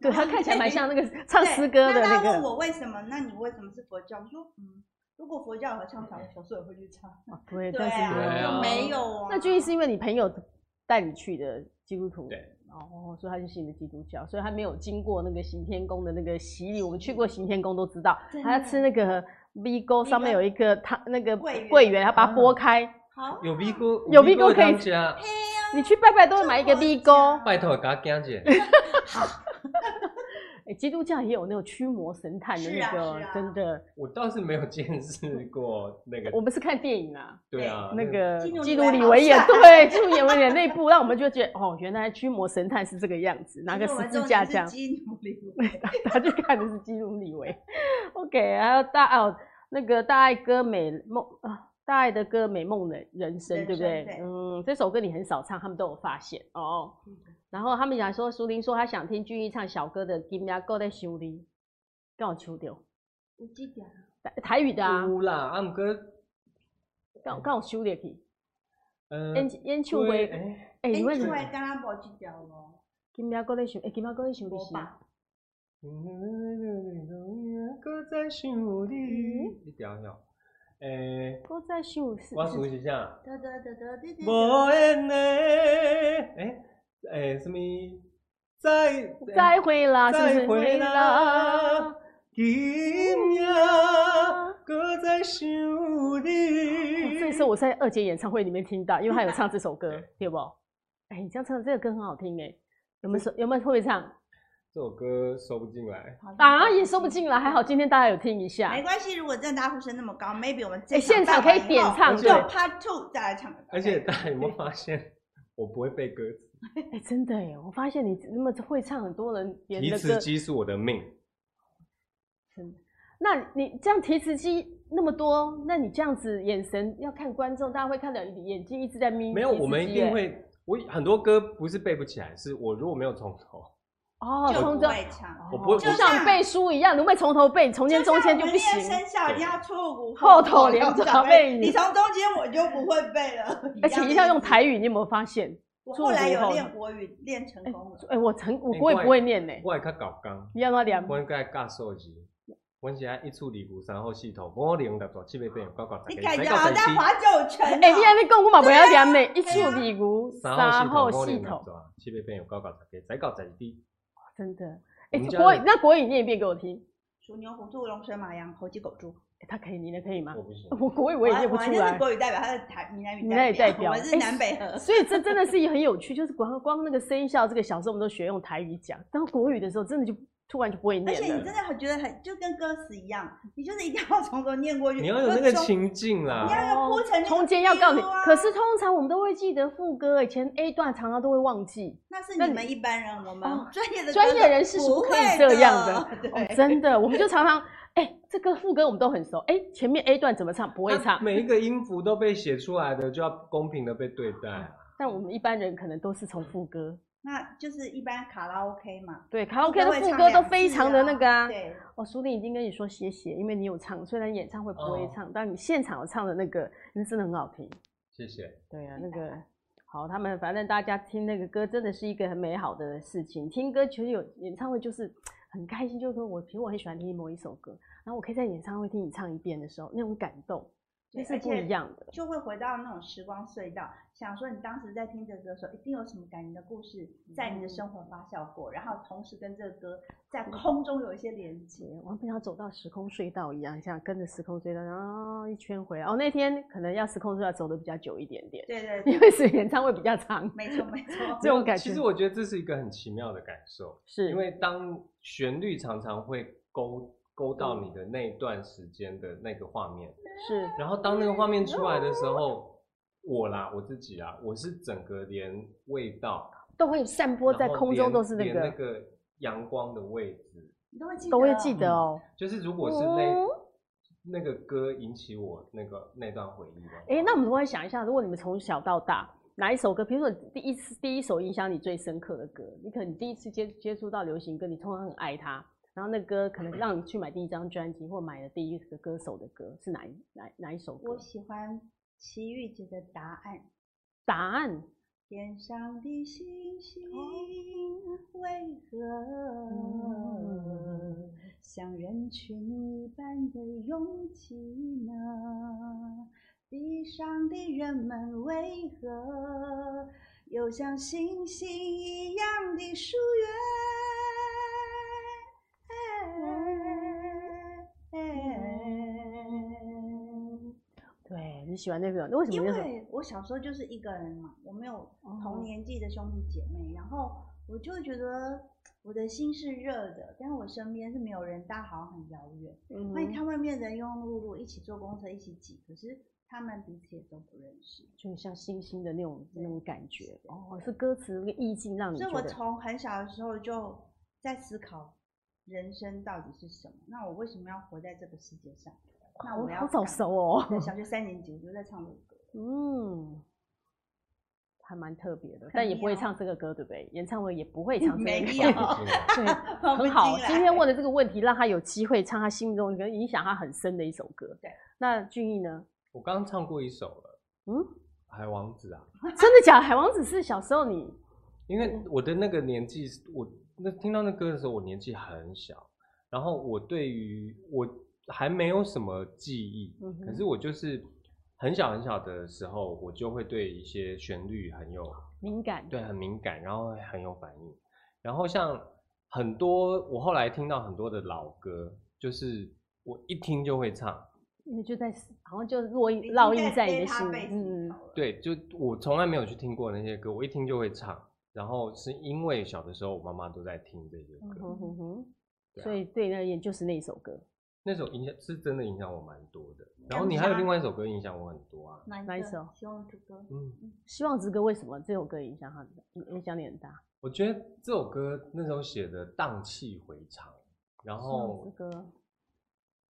对他看起来蛮像那个唱诗歌的对那大家问个。我为什么？那你为什么是佛教？我说，嗯，如果佛教合唱团，我小时候也会去唱。哦 对，对但是对呢啊，就啊没。有啊。那俊逸是因为你朋友带你去的基督徒，对，哦，所以他就信了基督教，所以他没有经过那个行天宫的那个洗礼。我们去过行天宫都知道，真的他要吃那个 V 沟上面有一个汤，那个桂圆啊桂圆，他把它剥开。 好哎有 V 哥，有 V 哥可以加，你去拜拜都会买一个 V 沟。啊拜托给他讲解。哎，基督教也有那种驱魔神探的是那啊个是，啊真的，我倒是没有见识过那个我，们是看电影啊。对啊，那个基努基里努里维啊豪维也帅对，基努里维也那一部，让我们就觉得哦，原来驱魔神探是这个样子，拿个十字架这样， 基努里维他就看的是基努里维。OK，还有大哦，那个大爱歌美梦啊，大爱的歌美梦的人生，人对不对生？对嗯嗯，这首歌你很少唱，他们都有发现哦。然后他们讲说，苏林说他想听俊逸唱小哥的《金牙够在修理》，刚好秋掉我记得啊台台语的啊，有啦，啊姆哥，刚刚好修理去。嗯，烟烟秋对薇，哎，哎，你诶问出你来刚刚我记得哦，金牙够在修，哎，金牙够在修理我是。吧，搁再想你，你调一下，诶，我在想嗯是哎我熟悉下。得得得得得得无得，缘的，哎哎，什么？哎再再会啦，是不再是？会啦，今夜搁再想哦你。这是我在二姐演唱会里面听到，因为她有唱这首歌 对，对不？哎、你这样唱这个歌很好听哎，有没有收？有没有会不会唱这首歌收不进来，好像啊？也收不进来，还好今天大家有听一下哎没。关系，如果真的大家呼声那么高，maybe 我们这诶哎现场办完可以点以后唱就对 Part Two 再来唱。而且大家有没有发现，我不会背歌词，哎、真的哎，我发现你那么会唱，很多人别人提的词歌，机是我的命。真的。那你这样提词机那么多，那你这样子眼神要看观众，大家会看到你的眼睛一直在眯。没有，眯自我们己一定耶会，我很多歌不是背不起来，是我如果没有从头，哦，就从不头会唱。我不会就我像背书一样，如果从头背，从前中间就不就像我行。们练生肖一定要错五后头连长辈你从中间我就不会背了。而且一定要用台语，你有没有发现？我出后来五有后练国语，练成功了。哎、我成我哎国语怪不会念呢、我也较搞刚，你要不要我应该教数字。我是爱一处二五三后系统，五零六十七八八九你十感个，觉好像十划九成哦。哎、你还没讲，我嘛不要念 呢。一处理如三三号后系系统统，，七八八有九十个，再九十一。真的。我哎、们家国语的那国语念一遍给我听，鼠牛、虎、兔、龙、蛇、马、羊、猴、鸡、狗、猪。哎他可以，你的可以吗我？不行，我国语我也念不出我还我还是来，国语代表，他是台闽南语闽南语代表我们是南北 合。所以这真的是很有趣，就是光光那个声效，这个小时候我们都学用台语讲，当国语的时候，哎真的就突然就不会而念且你了真。的很觉得很就跟歌词一样，你就是一定要从头念过去。你要有那个就中，情境啦你。要有铺陈那个 feel 啊。哦中间要告诉你，可是通常我们都会记得副歌，以前 A 段常常都会忘记。那是那你你们一般人，我哦们专业的专歌手业人士是不不可以会这样的。 哦对，真的，我们就常常，哎、这个副歌我们都很熟，哎、前面 A 段怎么唱不会啊唱它，每一个音符都被写出来的，就要公平的被对待啊。但我们一般人可能都是从副歌，那就是一般卡拉 OK 嘛。对，卡拉 OK 的会副唱歌都两非次常的那个啊。对，哦，苏玲已经跟你说谢谢，因为你有唱，虽然演唱会不会哦唱，但你现场有唱的那个，那真的很好听。谢谢。对啊，那个好，他们反正大家听那个歌真的是一个很美好的事情。听歌其实有演唱会就是很开心，就是说我比如我很喜欢听某一首歌，然后我可以在演唱会听你唱一遍的时候，那种感动对那是而不且一样的。就会回到那种时光隧道，想说你当时在听这个歌的时候，一定有什么感人的故事嗯在你的生活发酵过，然后同时跟这个歌在嗯空中有一些连接。我们平常走到时空隧道一样，像跟着时空隧道，然后一圈回来。哦，那天可能要时空隧道走的比较久一点点， 对对对，因为是演唱会比较长，没错没错。这种感觉其实我觉得这是一个很奇妙的感受，是因为当旋律常常会勾勾到你的那一段时间的那个画面，是然后当那个画面出来的时候，我啦我自己啊，我是整个连味道，都会散播在然后空中，连都是那连个，那个阳光的位置，你都会记得，都会记得嗯哦。就是如果是那、哦那个歌引起我那个那段回忆的话，哎、那我们突然想一下，如果你们从小到大哪一首歌，比如说你第一次第一首影响你最深刻的歌，你可能第一次接接触到流行歌，你通常很爱它，然后那歌可能让你去买第一张专辑或买了第一个歌手的歌是哪一哪哪一首歌我？喜欢齐豫姐的答案。答案天上的星星为何哦嗯像人群一般的拥挤呢？地上的人们为何又像星星一样的疏远？对，你喜欢那个？那为什因么那首？为我小时候就是一个人嘛，我没有同年纪的兄弟姐妹，然后我就会觉得我的心是热的，但是我身边是没有人，大家好像很遥远。嗯那你哼，看外面人庸庸碌碌，一起坐公车，一起挤，可是他们彼此也都不认识。就像星星的那种那种感觉哦，是歌词那个意境让你所以觉我得从很小的时候就在思考人生到底是什么，那我为什么要活在这个世界上？那好我要好早干嘛熟哦。对小学三年级我就在唱这个歌。嗯，还蛮特别的，很但也不会妙唱这个歌，对不对？演唱会也不会唱这没个歌，有 对，放不 很好。进今来天问的这个问题，让他有机会唱他心中可能影响他很深的一首歌。对，那俊逸呢？我刚刚唱过一首了，嗯，海王子啊。真的假的？海王子是小时候你因为嗯我的那个年纪是，我那听到那歌的时候，我年纪很小，然后我对于我还没有什么记忆，嗯哼可是我就是很小很小的时候，我就会对一些旋律很有敏感，对很敏感，然后很有反应。然后像很多我后来听到很多的老歌，就是我一听就会唱，因为就在好像就落印已经烙印在在你的 database 心里里。嗯，嗯头了对，就我从来没有去听过那些歌，我一听就会唱。然后是因为小的时候，我妈妈都在听这些嗯歌，哼哼哼。对啊所以对你而言就是那一首歌，那首影响是真的影响我蛮多的。样然后你还有子啊另外一首歌影响我很多啊，哪哪一一首首？希望之歌。嗯， 《希望之歌》为什么这首歌影响他的影响你很大？我觉得这首歌那时候写的荡气回肠，然《希望之后歌》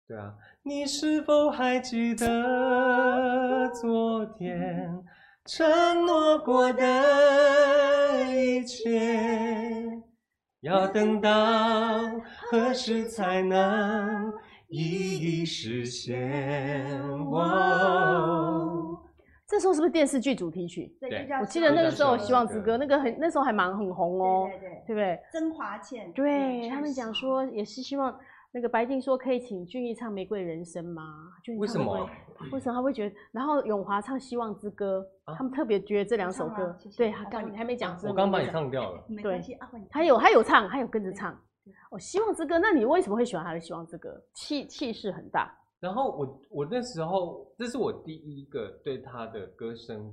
对啊，你是否还记得昨天承诺过的一切？要等到何时才能一一实现？哦，这时候是不是电视剧主题曲？对，对就叫我记得那个时候《是希望之歌》，那个很那时候还蛮很红哦，对对对，对不对？曾华倩，对嗯他们讲，说，也是希望那个白敬说可以请俊逸唱《玫瑰人生》吗？俊逸为唱什玫瑰么？人？为什么他会觉得？然后永华唱《希望之歌》啊他们特别觉得这两首唱歌吗谢，谢对，我他帮刚你你还没讲，所以我刚没把你讲唱掉了。确实没关系啊，换你他有他有唱，他有跟着对唱对。哦，希望之歌，那你为什么会喜欢他的希望之歌？气气势很大，然后我我那时候，这是我第一个对他的歌声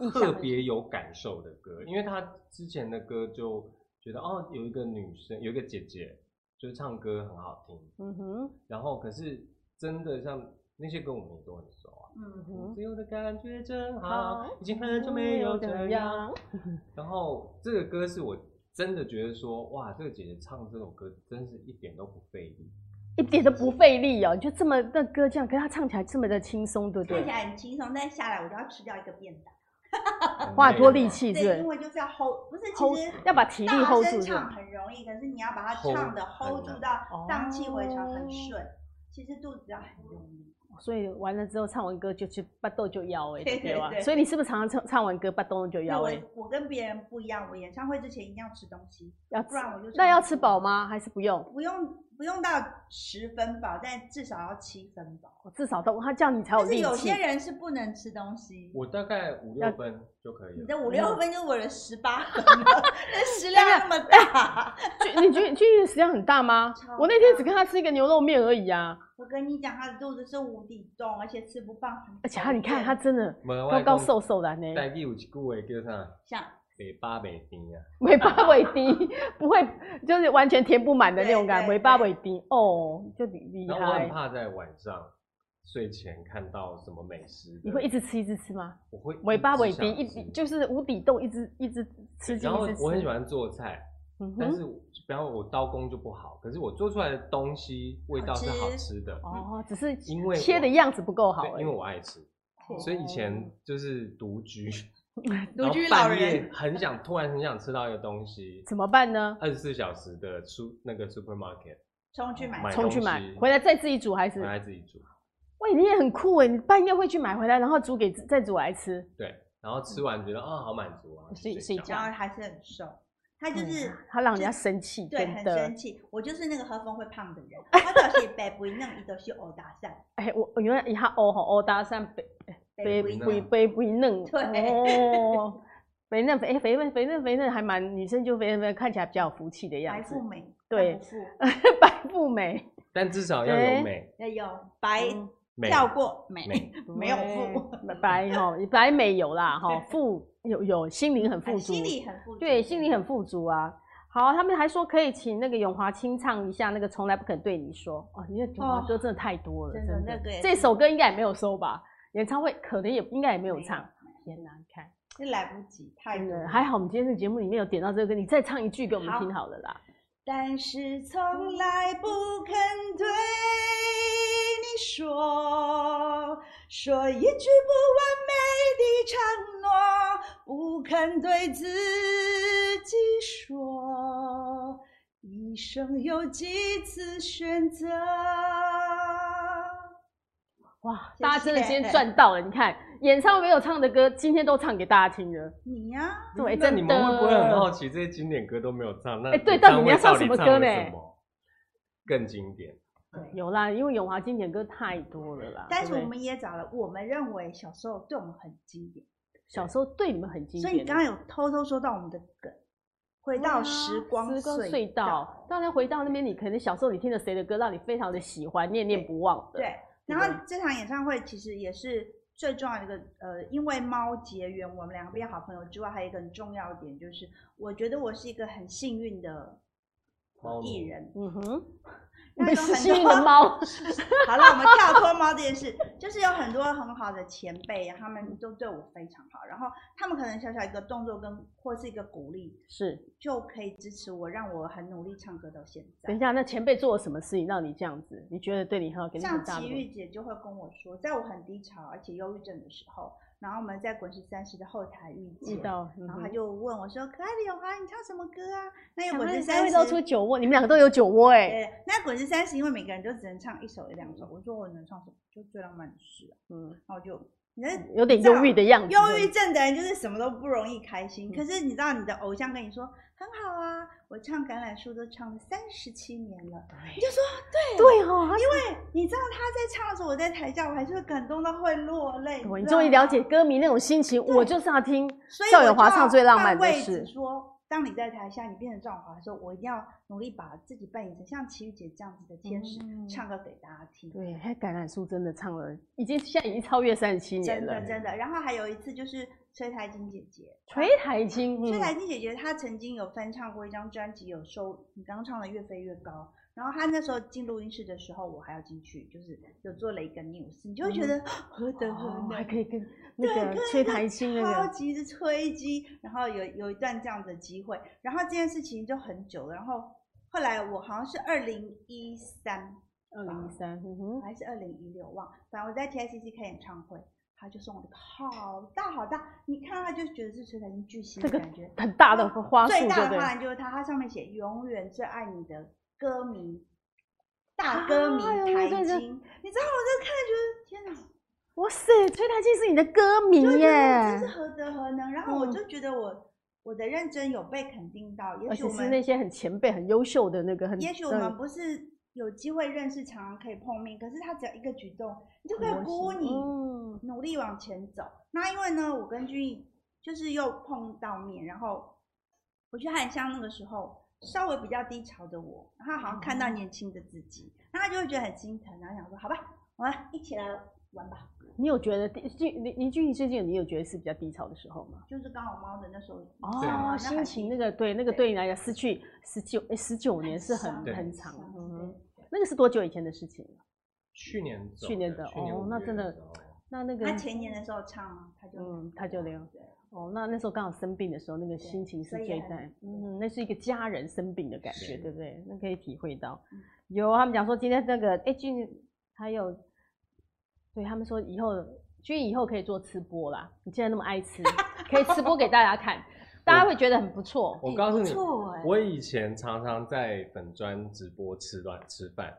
印象特很别有感受的歌，因为他之前的歌就觉得哦，有一个女生，有一个姐姐，就是唱歌很好听，嗯哼，然后可是真的像那些歌我们也都很熟啊，嗯嗯哼自由的感觉真好好，已经很久没有这样。。嗯然后这个歌是我真的觉得说，哇，这个姐姐唱这首歌真是一点都不费力， 一点都不费力哦，你就这么那歌这样，可是他唱起来这么的轻松，对不看对起？来很轻松，但下来我就要吃掉一个便当。很啊花累很多嘛力气，对，是因不是为就是要 hold，不是其 hold 实要把体力大 hold 声住，是唱吧？很容易，可是你要把它 hold 唱的很 hold 住难到哦荡气回肠很顺，其实肚子要很容易。所以完了之后唱完歌就去巴豆就 腰哎，对对吧对？对所以你是不是常常唱唱完歌巴豆就因腰哎为？我我跟别人不一样，我演唱会之前一定要吃东西，要不然我就那要唱吃饱吗？还是不用？不用不用到十分饱，但至少要七分饱。至少都他这样你才有但是力有气些。人是不能吃东西，我大概五要六分就可以你了。的五六分就是我的十八分了，那食量那么大。俊你俊俊逸的食量很大吗超？我那天大只跟他吃一个牛肉面而已啊，我跟你讲，他的肚子是无底洞，而且吃不胖，很而且他你看讨厌他真的门高外高公瘦瘦的啊呢，台语有一句话叫啥？像尾巴尾甜啊，尾巴尾低，不会就是完全填不满的那种感，对对尾巴对尾低哦，就厉厉然后我很害。怕在晚上睡前看到什么美食的，你会一直吃一直吃吗？我会尾巴尾低，低一直就是无底洞，一直一直吃进然后一直吃。我很喜欢做菜，嗯但哼，是比方我刀工就不好，可是我做出来的东西味道是好吃的，哦，只是因为切我的样子不够好欸对而已。因为我爱吃，所以以前就是独居，哦独居然后老半夜人很想突然很想吃到一个东西，怎么办呢？二十四小时的 su 那个 supermarket 冲去买买冲去东买西，回来再自己煮还是拿？来自己煮，喂，你也很酷哎，你半夜会去买回来，然后煮给自再煮来吃。对，然后吃完觉得啊、好满足啊，嗯睡就睡觉然后还是很瘦。他就是嗯他让人家生气，啊对真很的生。气，我就是那个喝风会胖的人，他倒是 白不弄，伊都是欧搭讪，哎，我我原来一下哦吼哦搭讪被白肥不肥肥嫩肥肥嫩，对哦，肥嫩肥哎肥嫩肥嫩肥嫩还蛮女生就肥嫩肥嫩看起来比较有福气的样白子富，美，对白富白富美， 但至少要有美那有白嗯美跳过美美，没有富，对白哈白美有啦哈，富有有心灵很富足，心里很富足，对心里很富足啊。好，他们还说可以请那个永华清唱一下那个从来不肯对你说哦，因为永华歌真的太多了，真的真那个也这是首歌应该也没有收吧？演唱会可能也应该也没有唱。天哪，你看。是来不及，太真多了的还好，我们今天这个节目里面有点到这个歌，你再唱一句给我们听好了啦。但是从来不肯对你说，说一句不完美的承诺，不肯对自己说，一生有几次选择？哇，谢大家真的今天赚到了！你看，演唱会没有唱的歌，今天都唱给大家听了。你呀、对，那真的。你们会不会很好奇这些经典歌都没有唱？那哎对演唱到底你要会唱底什么唱歌了呢什么更经典，有啦，因为永华经典歌太多了啦。但对是不我对们也找了我们认为小时候对我们很经典，小时候对你们很经典的，啊所以你刚刚有偷偷说到我们的梗，回到时光时光隧隧道，当然回到那边，你可能小时候你听的谁的歌，让你非常的喜欢，念念不忘的。对，对然不后这场演唱会其实也是最重要的一个，呃，因为猫结缘，我们两个变好朋友之外，还有一个很重要的点就是，我觉得我是一个很幸运的猫奴艺 人，嗯哼， 那你有是很幸运多的 猫，好了，我们跳脱猫这件事，就是有很多很好的前辈，他们都对我非常好，然后他们可能小小一个动作跟或是一个鼓励，是。就可以支持我，让我很努力唱歌到现等一在。下，那前辈做了什么事情让你这样子？你觉得对你很好，给你像很大的齐鼓豫励？姐就会跟我说，在我很低潮而且忧郁症的时候，然后我们在滚石三十的后台遇遇见，到，嗯然哼后他就问我说：“可爱的永华，你唱什么歌啊？”那想因为说滚石你三三位十都出酒窝，你们两个都有酒窝哎、对，那滚石三十，因为每个人都只能唱一首一两首，我说我能唱什么，就最浪漫的事啊。嗯，然后就，你那有点忧郁的样子。呃忧郁症的人就是什么都不容易开嗯心，可是你知道你的偶像跟你说很好啊，我唱《橄榄树》都唱了三十七年了，你就说对对哦，他因为你知道他在唱的时候，我在台下我还是会感动到会落泪。我你知道终于了解吗，歌迷那种心情，对我就是要听所以赵我咏华就唱最浪漫换的位事置。说，当你在台下，你变成赵咏华的时候，我一定要努力把自己扮演成像齐豫姐这样子的天使，嗯唱歌给大家听。对，他橄榄树真的唱了，已经现在已经超越三十七年真的了。真的，然后还有一次就是崔台金姐姐，垂台金，崔嗯台金姐姐她曾经有翻唱过一张专辑，有收你刚刚唱的《越飞越高》，然后她那时候进录音室的时候，我还要进去，就是有做了一个 news，你就会觉得、何德何嗯哦能，还可以跟那对个跟崔一个台青那超个，级的吹击，然后有有一段这样的机会，然后这件事情就很久了，然后后来我好像是二零一三二零一三，嗯哼，还是二零一六忘，了，反正我在 TICC 开演唱会。他就送我一个好大好大，你看他就觉得是崔台金巨星的这个感觉，很大的花束，最对大不的对？花篮就是它，它上面写“永远最爱你的歌迷”，大歌迷啊有台有有有金。你知道我在看，觉得天哪，哇塞，崔台青是你的歌迷就觉得真是耶，何德何能。然后我嗯就觉得我我的认真有被肯定到，也而许且我是那们些很前辈、很优秀的那个，很也许我们嗯不是有机会认识，常常可以碰面，可是他只要一个举动，你就可很以优鼓舞秀你嗯努力往前走。那因为呢，我跟俊逸就是又碰到面，然后我去汉香那个时候，稍微比较低潮的我，然后好像看哦到年轻的自己，那他就会觉得很心疼，然后想说，好吧，我们一起来玩吧。你有觉得第俊林林俊逸最近，你有觉得是比较低潮的时候吗？就是刚好猫的啊那时候，你知道吗哦，心情那个个对，那个对对你来讲，失去十九十九年是很对很长的，嗯哼，那个是多久以前的事情了？去年走去年的去年哦五那月真的时候那那个他前年的时候唱，啊他就嗯他就那样对哦，那那时候刚好生病的时候，那个心情是所以最很在，嗯，那是一个家人生病的感觉，是对不对？那可以体会到嗯。有啊他们讲说今天那个哎俊，还有，对他们说以后俊以后可以做吃播啦，你既然那么爱吃，可以吃播给大家 看，大家会觉得很不错。我告诉你不，错哎我以前常常在粉砖直播吃乱吃饭，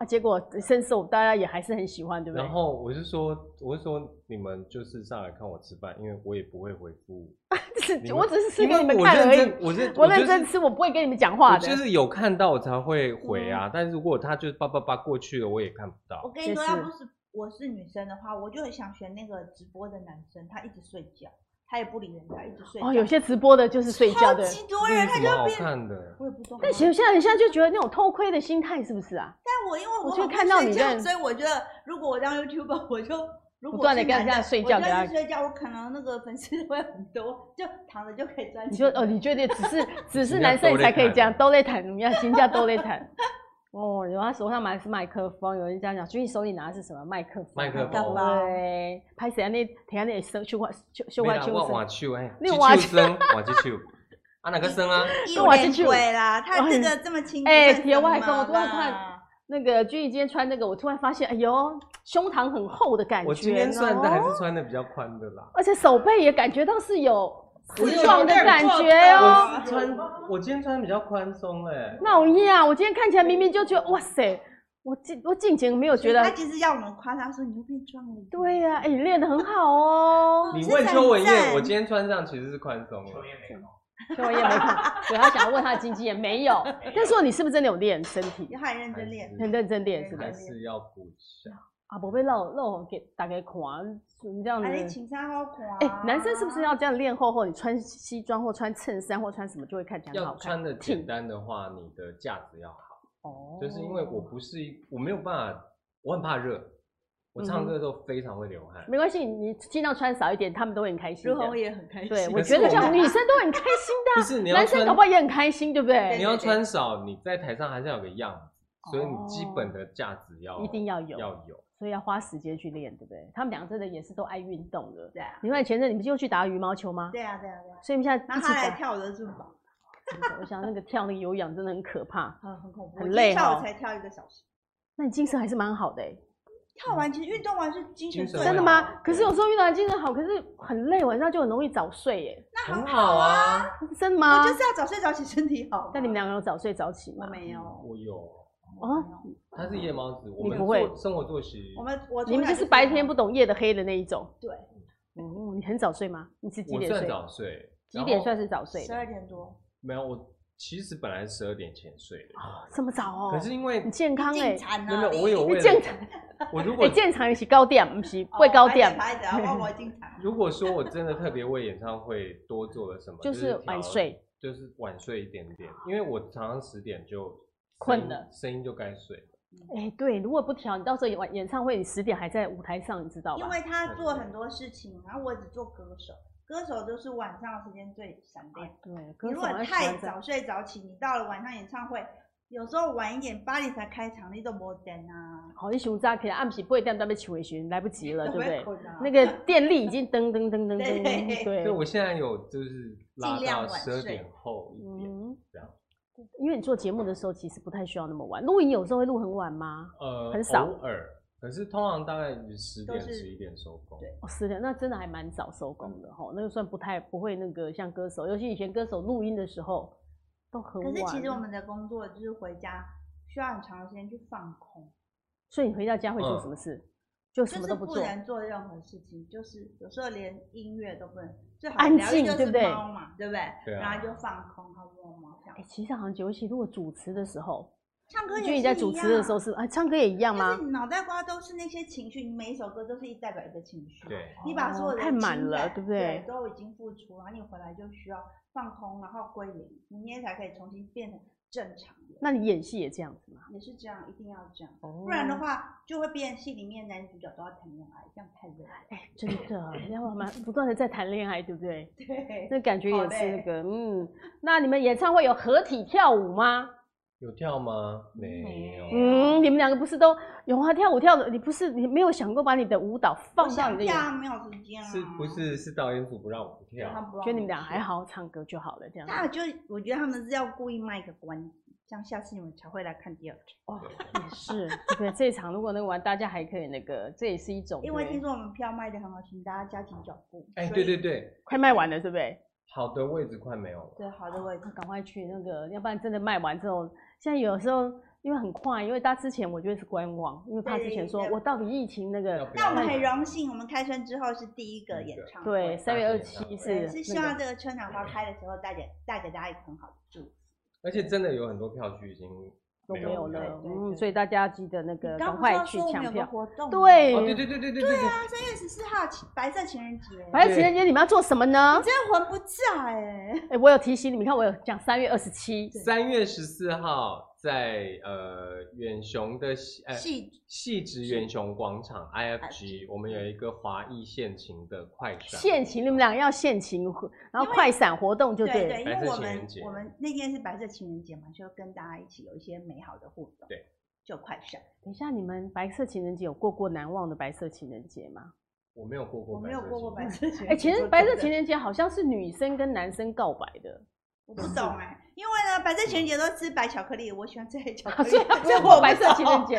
啊，结果深受大家也还是很喜欢，对不对然？后我是说，我是说你们就是上来看我吃饭，因为我也不会回复。 只你是们我只是吃因给为你们我看而认已真，我 认我就认是真吃，我不会跟你们讲话的嗯我。就是有看到我才会回啊，但是如果他就是叭叭叭过去了，我也看不我到。跟你说，也要是不是我是女生的话，我就很想选那个直播的男生，他一直睡觉，他也不理人家，一直睡觉。哦，有些直播的就是睡觉超的，级多啊人，他什就么好变，看的？我也不懂啊。但其实现在现在就觉得那种偷窥的心态是不是啊？但我因为我我就很会看到睡你觉在所以我觉得如果我当 YouTuber，我就如不果断是地跟人男家的睡我觉就给是他睡觉，我可能那个粉丝 会很多，就躺着就可以赚钱。你就哦，你觉得只是只是人家男生都你才在可以谈这样都在谈，你要金价都在谈。哦，有他手上拿的是麦克风，有人这样讲，所以你手里拿的是什么麦克风？麦克风对，拍谁啊？那等下那修修块修修块没啦我我修手哎，你去换手生，我去手，啊哪个生 啊？一跟我进脸去鬼啦，他我这很个这么轻，哎不算别什外么公我突然看啦那个君怡今天穿那个，我突然发现，哎呦，胸膛很厚的感觉。我今天算的还是，穿的比较宽的 啦。而且手背也感觉到是有我丝有状的点感撞觉到哦。啊我是穿，我今天穿得比较宽松哎。那我一啊，我今天看起来明明就觉得，哇塞，我近我近前没有觉得他，其实要我们夸他说你又变壮了。对呀、哎、你练得很好哦。你是问很邱文赞燕，我今天穿上其实是宽松的。邱文也没看，对他想要问他的经纪人没有，但说你是不是真的有练身体啊你，很认真还练是，很认真练是吧还？是要补一下。啊，不被露露给大家看，啊你这样子还，是情商好垮。哎、男生是不是要这样练厚厚？你穿西装或穿衬衫或穿什么就会看起来很好要看，穿的简挺单的话，你的架子要好，哦就是因为我不是一，我没有办法，我很怕热，我嗯唱歌的时候非常会流汗，没关系，你尽量穿少一点，他们都会很开心如虹的。也很开心。 对，我可觉是得我这样们女生都很开心的啊、不是你要男生穿搞不好也很开心，对不对对？你要穿少，你在台上还是要有个样子，所以你基本的价值要哦一定要有，要有。所以要花时间去练，对不对？他们俩真的也是都爱运动的。对啊，你看前阵你不是又去打羽毛球吗？对啊，对啊，对啊。所以你们现在然一后起他来打。跳我的是吧？我想那个跳那个有氧真的很可怕。很很恐怖，很我今累天下哦午才跳一个小时。那你精神还是蛮好的、欸，跳完其实运动完是精神精神最对真的好吗？可是对有时候运动完精神好，可是很累，晚上就很容易早睡、耶。那很很好好啊。啊，真的我吗？就是要早睡早起，身体好嘛。但你们两个有早睡早起我吗？没有，我有。我哦没有他是夜猫子，我你们不会作生活作息，我们我你们就是白天不懂夜的黑的那一种。对，哦，你很早睡吗？你是几我点算睡？早睡，几然点后算是早睡十的？二点多没有，我其实本来十二点前睡的，这么早哦、可是因为你健康哎、进餐没啊，有我有为你健了康 我如哎、果欸，健康是高点，不是贵高点。牌子啊，帮我进 餐。如果说我真的特别为演唱会多做了什么，就就是晚调，睡，就是晚睡一点点，因为我常常十点就困声音了，声音就该睡了。哎、对，如果不调，你到时候演完演唱会，你十点还在舞台上，你知道吧因？为他做很多事情，然后我只做歌手，歌手都是晚上的时间最闪亮。对，啊歌你如手果要喜太欢这早睡早起，你到了晚上演唱会，有时候晚一点八点才开场，你都没灯啊，好，你熊扎可以暗时不一定在被起回旋，来不及了，都对不不会对？困啊。那个电力已经噔噔噔噔对对噔， 对所以对，我现在有就是拉尽量到晚十睡二点后一点，嗯这样，因为你做节目的时候其实不太需要那么晚，录影有时候会录很晚吗？呃，很少偶尔，可是通常大概十点都是十一点收工。对哦，是的，那真的还蛮早收工嗯的吼，那个算不太不会那个像歌手，尤其以前歌手录音的时候都很可晚。是其实我，们的工作就是回家需要很长的时间去放空，所以你回到家会做什么事？就什嗯就么是都不不做。能做任何事情，就是有时候连音乐都不能，最好安疗愈静就对是不对猫嘛，对不对？对啊然后就放空，好不好嘛？这哎、样其实好像尤其如果主持的时候，唱歌你也觉得是你在主一持的时候样。是啊，唱歌也一样就吗是？你脑袋瓜都是那些情绪，你每一首歌都是一代表一个情绪。对，你把所有哦的太满情了感对对不对都已经付出，然后你回来就需要放空，然后归零，明天才可以重新变成正常人。那你演戏也这样子吗？也是这样，一定要这样，不不然的，话就会变戏里面男女主角都要谈恋爱，这样太累了。 哎、真的，要不然蛮不断的在谈恋爱，对不对？对，那感觉好也是那累个，嗯。那你们演唱会有合体跳舞吗？有跳吗？没有。嗯，你们两个不是都有啊？跳舞跳的，你不是你没有想过把你的舞蹈我放到你想的演跳没有时间啊，是不是是导演组不让我们对？他跳？不觉让得你我们俩还去，好，唱歌就好了，这样。那就我觉得他们是要故意卖个关子，这样下次你们才会来看第二场。哦，也是，对不对？这一场如果能玩，大家还可以那个，这也是一种。因为对听说我们票卖的很好，请大家加紧脚步。哎，所对以对对，快卖完了，对不对？好的位置快没有了。对，好的位置那。赶快去那个，要不然真的卖完之后，现在有时候因为很快，因为大家之前我觉得是观望，因为怕之对前对说对我到底疫情那要个不，那我们要很卖荣幸，我们开春之后是第一个第一演个唱会，对，三月大二家七也是这对那是希望个这个春暖花开的时候带给带给大家一个很好的祝福。而且真的有很多票区已经都没有票了，对对嗯，对所以大家记得那个刚赶不快是要去说我们抢有个票。活动吗？对哦，对对对对对对对，三月十四号情白色情人节，反正情人节你们要做什么呢？真魂不在哎、哎、我有提醒你，你看我有讲三月二十七，三月十四号在呃远雄的戏呃戏戏职远雄广场 IFG，我们有一个华裔现情的快闪现情，你们两个要现情，然后快闪活动就对对了。对，因白色为我情人们节我们那天是白色情人节嘛，就跟大家一起有一些美好的互动，对，就快闪。等一下，你们白色情人节有过过难忘的白色情人节吗？我没有过过我白没色情人节，有过过白色情人节，哎、其实说白真色的情人节好像是女生跟男生告白 的，我不懂哎、因为呢，白色情人节都吃白巧克力，我喜欢吃黑巧克力，所以它不所以用啊我过不白色情人懂。 节。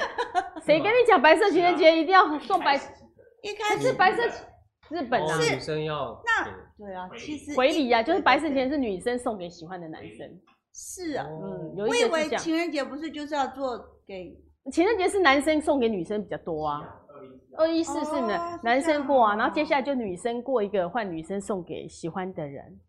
谁跟你讲白色情人啊节一定要 送白？一可开是始白色情日本啊哦，女生要那给对啊，其实回礼啊，就是白色情人节是女生送给喜欢的男生。是啊，哦嗯，有一我以些是为这样。情人节不是就是要做给情人节是男生送给女生比较多啊，二一四是哦男是这男生过啊，样哦然后接下来就女生过一个，换女生送给喜欢的人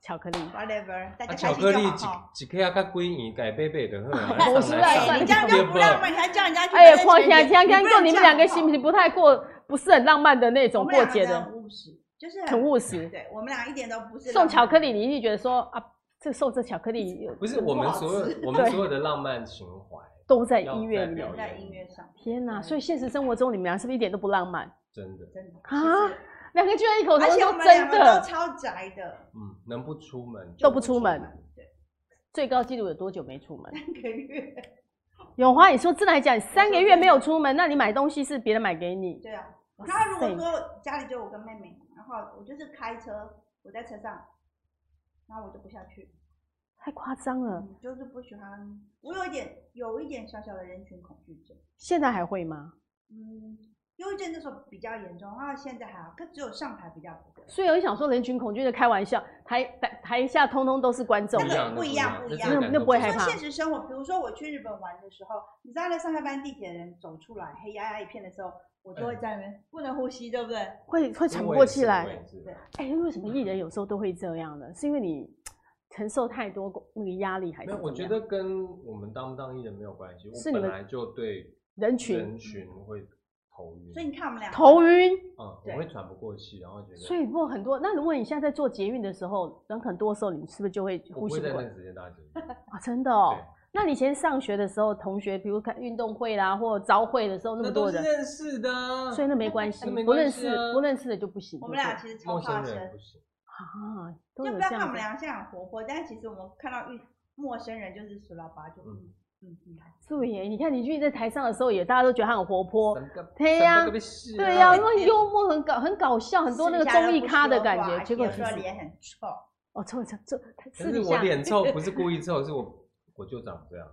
巧克力。 whatever，大啊家巧开心克力就好哈。几几克啊，甲龟圆改贝 贝的，好啊我送是来来送算你去这样就对不浪漫，你还叫人家去哎白呀，色情况人节？且听刚不够能你们这两样个好是不是不太过，不是很浪漫的那种过节我们俩的真，务实，就是很务实。对我们俩一点都不是送巧克力，力，你一定觉得说啊，这送这巧克力有 不是我们所有我们对所有的浪漫情怀，都在要音乐在里表面演。在音乐上，天哪！对所以现实生活中你们俩是不是一点都不浪漫？真的，真的啊就是两个居然异口同而声且我说们真两个的都。超宅的，嗯，能不出门都就不出门对，最高纪录有多久没出门？三个月，永华，你说真的还讲三个月没有出门，那你买东西是别人买给你？对啊。哇然后如塞果说家里就我跟妹妹，然后我就是开车，我在车上，然后我就不下去，太夸张了，嗯，就是不喜欢，我有一点有一点小小的人群恐惧症，现在还会吗？嗯，忧郁症那时候比较严重，然后现在还好，可只有上台比较不会。所以我就想说，人群恐惧的开玩笑，台台台下通通都是观众那，个不不一一样样，不一这样真的那感那不会受害怕说现实生活，比如说我去日本玩的时候，你知道在上下班地铁的人走出来黑压压一片的时候，我就会在那边不能呼吸，对不对？会会喘不我过也气是来我。也是对哎、为什么艺人有时候都会这样呢？是因为你承受太多那个压力，还是没有，怎我么觉样？得跟我们当不当艺人没有关系。我是你本们来就对人群嗯人群会头晕，所以你看我们俩头，晕，嗯，我对会喘不过气，然后觉得所以如果很多，那如果你现在在做捷运的时候，人很多的时候，你是不是就会我不呼会吸在不过那个时间大 家啊？真的哦、对那你以前上学的时候，同学比如看运动会啦，或招会的时候，那么多人，认识的嗯啊，所以那没关系， 那没不认关系识、啊不认识的就不行。我们俩就其实超陌怕生生人，不行。啊，都就有不这要看我样子，们俩现在很活泼，但其实我们看到遇陌生人就是鼠老八就嗯嗯嗯，对耶。你看林俊逸在台上的时候，也大家都觉得他很活泼，什么个对呀什么个事啊对呀、因 为幽默很搞很搞笑，很多那个私下综又艺不咖的说感话觉，结果有其时候实脸很臭，哦，臭臭臭，他可私是底我下脸臭，不是 故意臭，是我我就长这样，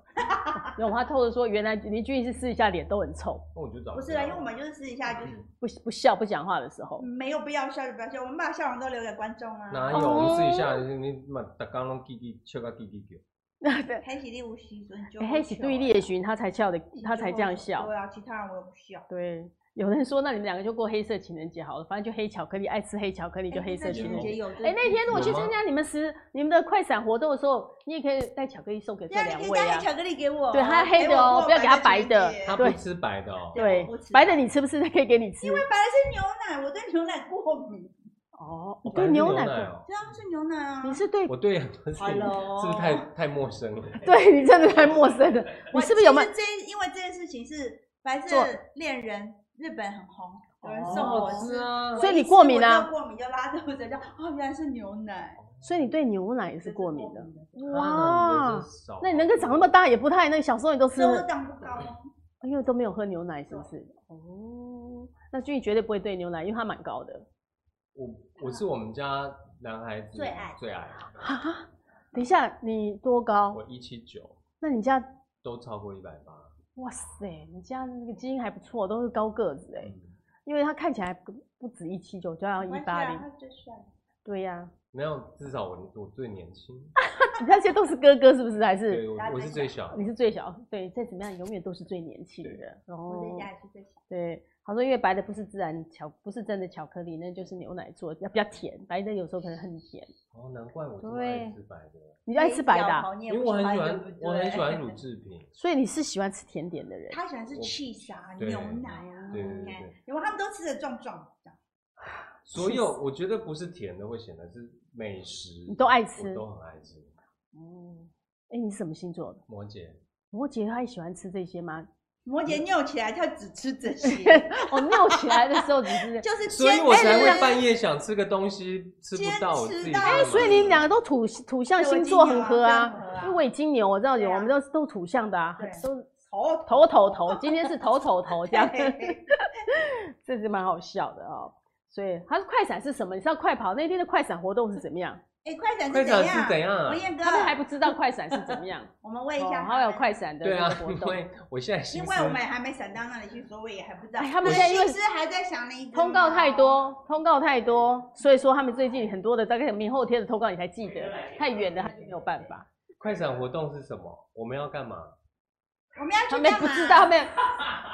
永华透露说，原来林俊逸是私底下脸都很臭，那我就长不是这啊啦，样因啊嗯为我们就是私底下就是不不笑不讲话的时候，没有必要笑就不要笑，我们把笑容都留给观众哪啊。有？哦我试一下，你嘛，大刚拢滴滴笑个滴滴叫， 那对，黑起立无息，所以你就啊哎黑起对立的群，他才笑的，他才这样笑。对啊，其他人我也不笑。对，有人说，那你们两个就过黑色情人节好了，反正就黑巧克力，爱吃黑巧克力就黑色情情人人节。节有嗯哎、那天如果去有吗参加你们时你们的快闪活动的时候，你也可以带巧克力送给这那两你可以位带啊黑。巧克力给我，哎对他黑的哦给我不要给他白的情人节他对不吃白的哦，对我不，吃白的你吃不吃？可以给你吃。因为白的是牛奶，我对牛奶过敏，哦，我我对牛奶不，哦，对啊，是牛奶啊。你是对我对很多事情 Hello 是不是太太陌生了？对你真的太陌生了。你我是不是有卖其实这因为这件事情是白做色恋人，日本很红，有人哦送我好吃吃啊所以你一吃过敏啊我就过敏就拉肚子，就哦原来是牛奶，所以你对牛奶也这是过敏的。啊，哇，那你能够长那么么大也不太那个，小时候你都吃所以，我长不高啊。因为都没有喝牛奶，是不是？哦，那俊逸绝对不会对牛奶，因为他蛮高的。我我是我们家男孩子最爱最爱，哈哈，等一下，你多高我？一七九那你家，都超过一百八，哇塞，你家那个基因还不错，都是高个子哎，嗯因为他看起来不不止一七九，就要哦没一关八系啊零。他最帅。对呀、 没有至少我我最年轻，你那些都是哥哥是不是？还对是我大家我是最最小你，是最小？对，再怎么样永远都是最年轻的。我哦在，家也是最小，对，他说因为白的不是自然巧，不是真的巧克力，那就是牛奶做的，比较甜。白的有时候可能很甜，哦，难怪我这么爱吃白的，你就爱吃白的啊、你因也为不我很喜对欢不对我很喜欢乳制品，所以你是喜欢吃甜点的人。他喜欢是我 cheese 啊，对牛奶啊，对对你对看对，因为他们都吃的壮壮的，所有我觉得不是甜的会显得是美食，你都爱吃我都很爱吃，哦，嗯哎、你是什么星座的？摩羯，摩羯他也喜欢吃这些吗？ 摩嗯羯扭起来，他只吃这些，。我尿起来的时候只是就是所以坚我才哎会半夜想吃个东西吃不到，我坚持自己到干嘛哎、所以你们两个都土土象星座很合对我金牛啊非常合啊啊，因为我也金牛，我知道有，对啊我们都是都土象的啊对，都是头，头头头，今天是头头头这样 对 这是蛮好笑的哦。所以他是快闪是什么？你知道快跑那天的快闪活动是怎么样？哎，快闪快是闪怎是样？怎样啊文？彦哥，他们还不知道快闪是怎么样，我们问啊一哦下，还有，快闪的对那啊个活，因动。为我现在心因思为我们还没闪到那里去，所以我也还不知道。哎他们我现在因为心思还在想那一只通告猫太，多，通告太多，所以说他们最近很多的大概明后天的通告你才记得，太远的他就没有办法。快闪活动是什么？我们要干嘛？我们要他去们干不嘛？知道，他们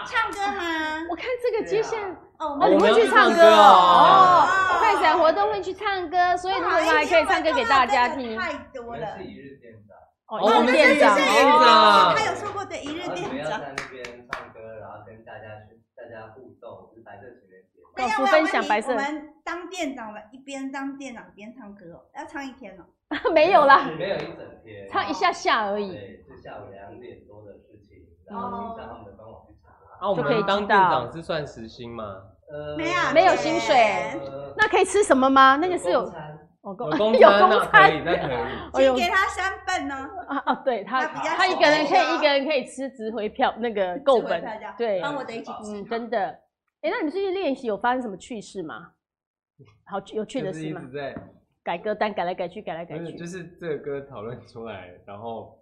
唱歌吗？我看这个接线哦，我哦，们你我会们去要唱唱歌歌哦哦哦，快闪活动会去唱歌，所以他不们好意思还可以唱歌给大家因为听我。看到真的太多了。一日店长，哦，我一们日是店长是一日店长他有说过对一日然后你们店要长。在那边唱歌，然后跟大家去大家互动，就是白色情人节嘛。等一下告我诉要哦分问享你白色我们当店长的，一边当店长一边唱歌哦，要唱一天哦。 没有啦，没有一整天，唱一下下而已。对，是下午两点多的事情。然后哦请上他们的官网去查。啊，我就们可以当知店道长是算时薪吗？呃，没啊没有薪水哎呃那可以吃什么吗？那个是有公餐有公有公 有公餐那可餐以，那可以。哎呦请给他三份哦呢，啊啊！对他那比较他一个人可少以一个人可以吃值回票那个够智慧本票，价对，帮我的一起吃嗯，，真的。哎、那你们最近练习有发生什么趣事吗？好有趣的就是事一吗直？在，改歌单改来改去，改来改不是去，就是这个歌讨论出来，然后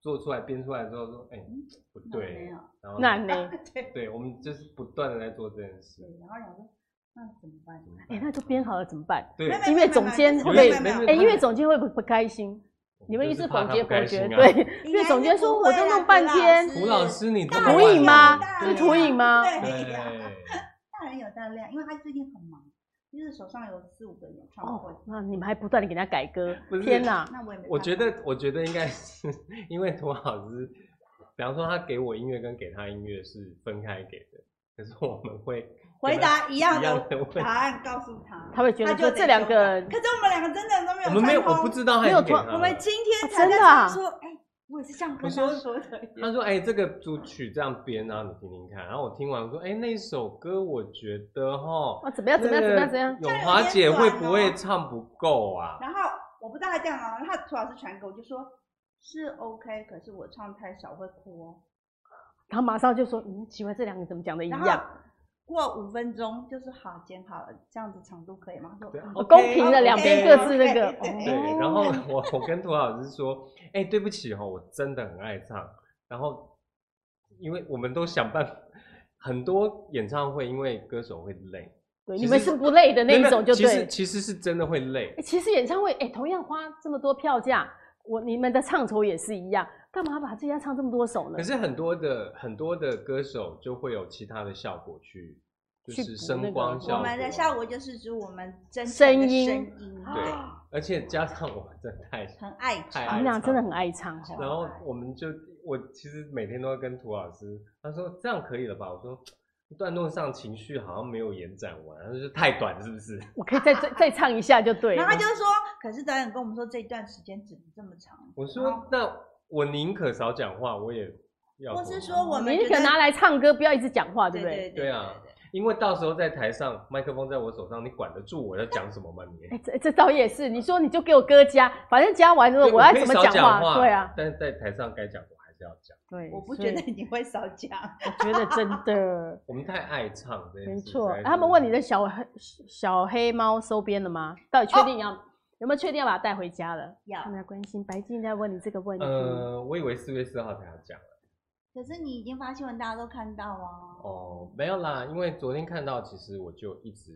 做出来编出来之后说，哎、嗯不没对有，，然后那呢？ 对对我们就是不断的在做这件事对。，然后想说，那怎么办？怎么哎、办那都编好了怎么办？对没有没有音乐总监没会有不会？没有没有没哎、有音乐总监会不会不开心？你们一就是直怕否他决不开否决，心啊对， 应因为该总是监不说会我都啦弄涂半老天师，涂老师，你怎大么人同会意有吗大这量同意吗对呀，啊对，大人有大量，因为他最近很忙，就是手上有四五个演唱会哦，，那你们还不断的给他改歌不，是天哪！那我也没办法。我觉得，我觉得应该是因为涂老师，比方说他给我音乐跟给他音乐是分开给的，可是我们会回答一样一样的的问题答案告诉他，他会觉得就说得这两个修改可是我们两个真的都没有，我们没有，我不。知道他没已有经给同他我了们今天啊才在真的啊说，哎，我也是这样跟我他说说的。他说：“哎、这个主曲这样编，然后你听听看。”然后我听完我说：“哎、那首歌我觉得哈，啊，怎么样？怎么样？怎么样？怎么样？那个永华姐会不哦会唱不够啊？然后我不知道他这样啊，然后涂老师传给我就说是 OK，可是我唱太少会哭哦。然后马上就说，嗯，奇怪，这两个怎么讲的一然样？后过五分钟就是好剪好了，这样子长度可以吗？他对说嗯哦 OK，公平的， OK，两边各自那个。 OK，哦对，然后哎我我跟涂老师说：“哎、对不起哈，我真的很爱唱。然后因为我们都想办法，很多演唱会因为歌手会累，对，其你们实是不累的那一种，就其实对。其实是真的会累欸。其实演唱会，哎、同样花这么多票价，我你们的唱酬也是一样，干嘛把自己要唱这么多首呢可？是很多的很多的歌手就会有其他的效果去，就去是补那声个光效我果。啊们的效果就是指我们真诚声的音声音对，而且加上我们真的太很爱太啊你爱们唱。俩真的很爱唱哦。然后我们就我其实每天都会跟涂老师，他说这样可以了吧？我说段落上情绪好像没有延展完，他说太短是不是？ 我可以再再再唱一下就对了然后。他就说，可是导演跟我们说这一段时间只能这么长，我哦说那我宁可少讲话，我也要或多。是说我们你觉可得拿来唱歌，不要一直讲话，对对不对？对对啊对对因为到时候在台上麦克风在我手上，你管得住我要讲什么吗？你 哎、这这倒也是，你说你就给我歌加，反正加完之后对我要怎么可以少讲讲对啊，，但是在台上该讲我还是要讲。对。我不所觉以得你会少讲， 我觉得真 的我们太爱唱这件事没错。实在是他们问你的小黑小黑猫收编了吗？到底确定要、有没有确定要把它带回家了？要他。们在哦关心白金在问你这个问题。呃，我以为四月四号才要讲。可是你已经发新闻，大家都看到啊。哦，没有啦，因为昨天看到，其实我就一直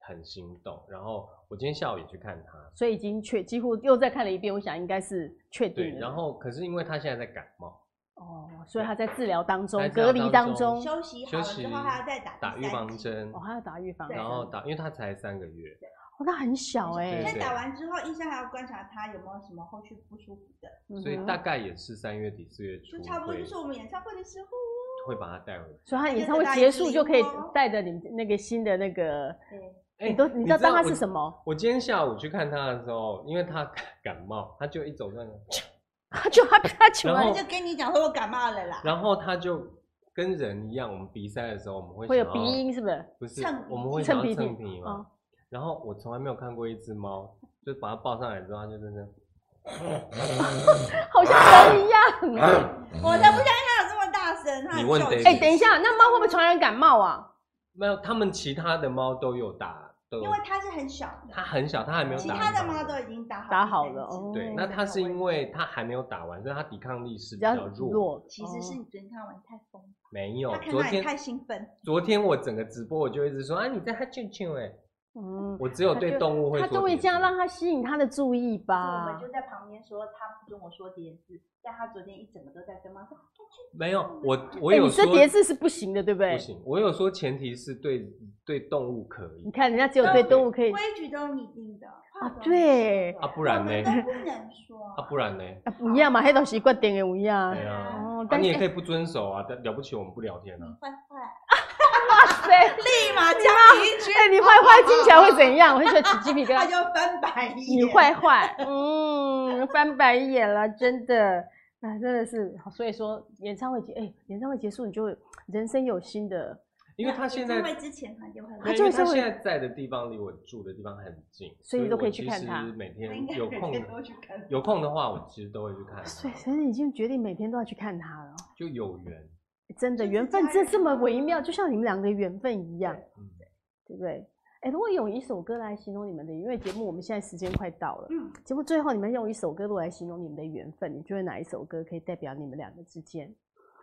很心动，然后我今天下午也去看他，所以已经确几乎又再看了一遍，我想应该是确嗯对，定了。然后可是因为他现在在感冒，哦，所以他在治疗当中在、治疗隔离当当中中，休息好休了息之后还要再打打第预三防剂，针，哦，他要打预防针，然后哦，打，因为他才三个月，那很小哎、对先对打完之后，医生还要观察他有没有什么后续不舒服的，嗯哼所以大概也是三月底四月初就差不多会就是我们演唱会的时候哦。会把他带回来。所以他演唱会结束就可以那就大家一起带着你那个新的那个，对，哎你都你知道当他是我什么？ 我今天下午去看他的时候，因为他 感感冒，他就一走在那，他就他他求然他后就跟你讲说我感冒了啦。然后他就跟人一样，我们鼻塞的时候我们会会有想鼻要音，是不是？ 不是蹭，我们会鼻蹭想要鼻蹭涕皮哦嘛。然后我从来没有看过一只猫，就把它抱上来之后，它就在那。好像人一 样。我才不相信他有这么大声，他嗯你问 David 哎、等一，下，那猫会不会传染感冒啊？没有，它们其他的猫都有打，都有因为。他是很小它的，很小，它还没有打。其他的猫都。嗯已经打好打好第三了剂哦对，那它是因为它还没有打完，所以它抵抗力是比比较较弱。弱，其实是哦你昨天看完太疯，没有他，看哦昨到你太天兴奋，昨天我整个直播我就一直说啊，你在它啾啾哎，嗯，我只有对动物会他说。就会这样让。他吸引他的注意我吧们。就在旁边说他不跟我说叠字，但他昨天一整个都在跟猫说，没有，我我哎有你说这叠字是不行的，对不对不？行，我有说前提是对对动物可以你。看人家只有对动物可以规矩都是你定的啊，对，啊，不然我们呢？都不能说啊，不然呢？啊不一样嘛，黑东西决定的有一样对。啊。哦，啊，但你是也可以不遵守啊，但了不起我们不聊天你啊。坏坏，哎对立马你加你一拳，哎，你坏坏听起来会怎样？我会觉得起鸡皮疙他瘩。 就翻白眼。你坏坏，嗯，翻白眼了，真的。那真的是，所以说演唱会结，哎、演唱会结束，你就会人生有新的，因为他现在演唱会之前他就会他对来，就因会为稍他微现在在的地方离我住的地方很近，所以你都我可以去其看实他每他应该天有空都去看。有空的话，我其实都会去看所他以，所以你已经决定每天都要去看他了。就有缘。真的就是缘分家这人这么啊微妙，就像你们两个缘分一样，嗯，对不对？哎，如果用一首歌来形容你们的，因为节目我们现在时间快到了，嗯， 节目最后你们用一首歌如果来形容你们的缘分，你觉得哪一首歌可以代表你们两个之间？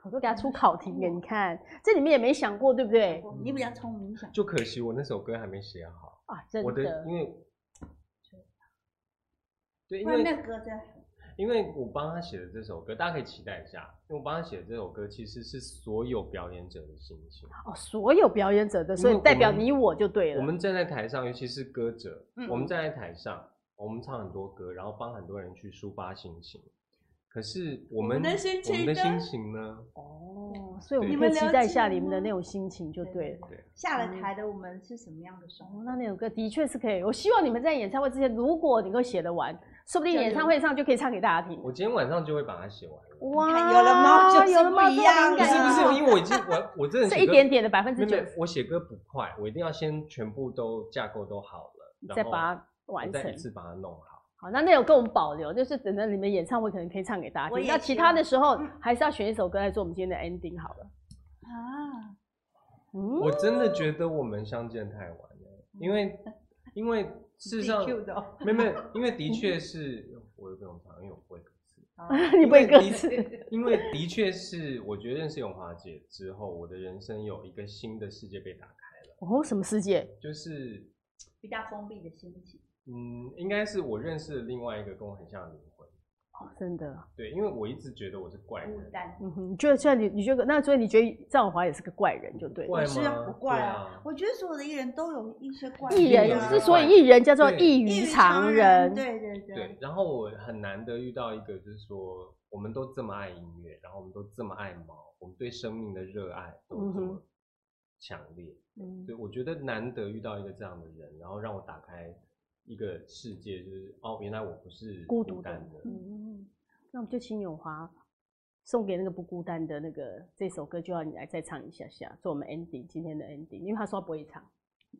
我都给他出考题给你看，这里面也没想过，对不对？我你比较聪明，想就可惜我那首歌还没写好，啊，真我的因，为对，因不然为那歌真的很因为我帮他写的这首歌，大家可以期待一下。因为我帮他写的这首歌，其实是所有表演者的心情。哦，所有表演者的，所因以为代我表们你我就对了。我们站在台上，尤其是歌者，嗯我们站在台上，我们唱很多歌，然后帮很多人去抒发心情。可是我们我们的心情我们的呢心情呢？哦，所以我们可以对你们期了待一解下了你们的那吗种心情就对了。对，下了台的我们是什么样的生哦活？，那那首歌的确是可以。我希望你们在演唱会之前，如果能够写得完，说不定加演油唱会上就可以唱给大家听。我今天晚上就会把它写完了。哇看有了猫就是有了猫不一这么样敏不感是啊不是，因为我已经我我 真的这写一歌点点的百分之没有没九有，我写歌不快，我一定要先全部都架构都好了，然再后把它我完成再。一次把它弄好。好，那那首歌我们保留，就是等着你们演唱会可能可以唱给大家我听。也那其希他望的时候嗯还是要选一首歌来做我们今天的 ending 好了。啊，嗯，我真的觉得我们相见太晚了，因 为因为事实上， Q 的哦，没有没有，因为的确是我有这种常，因为我不会歌词，好你不会因为歌的词， 因为的确是我觉得认识永华姐之后，我的人生有一个新的世界被打开了，哦，什么世界？就是比较封闭的心情。嗯，应该是我认识了另外一个跟我很像的灵魂，哦，真的，对，因为我一直觉得我是怪孤人，单，嗯哼，你觉得像你，你觉得那所以你觉得赵永华也是个怪人，就对了。怪我是吗？不怪对啊啊，，我觉得所有的艺人都有一些怪艺一定人有啊之是所以怪艺人叫做对异异于于常常人，对对对，对，然后我很难得遇到一个，就是说我们都这么爱音乐，然后我们都这么爱猫，我们对生命的热爱都这嗯么强烈，嗯对，我觉得难得遇到一个这样的人，然后让我打开一个世界，就是哦，原来我不是孤独的单的。嗯，那我们就请永华送给那个不孤单的那个这首歌，就要你来再唱一下下，做我们 ending 今天的 ending，因为他说他不会唱，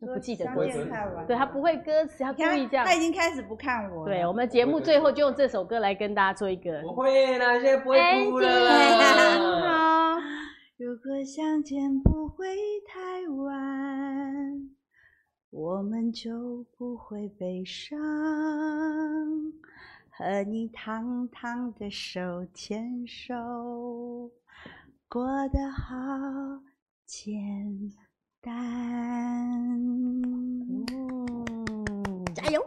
就不记得相歌见词，太晚对他不会歌词，他你故看意这样他。已经开始不看我了。对，我们节目最后就用这首歌来跟大家做一个我会啦，现在不哎会哭了 ending 啦。好。如果相见不会太晚，我们就不会悲伤。和你堂堂的手牵手，过得好简单。嗯，加油！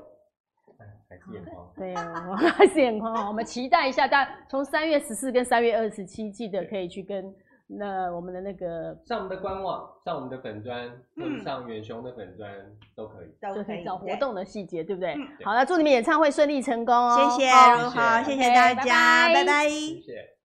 还是眼眶。对，哦 我还是眼眶红。我们期待一下，大家从三月十四跟三月二十七，记得可以去跟那我们的那个上我们的官网，上我们的粉砖，或者嗯上远雄的粉砖都可以。都就是找活动的细节，对不对？嗯好了，祝你们演唱会顺利成功哦！谢谢好如豪，谢谢谢谢大拜家，拜拜拜谢谢。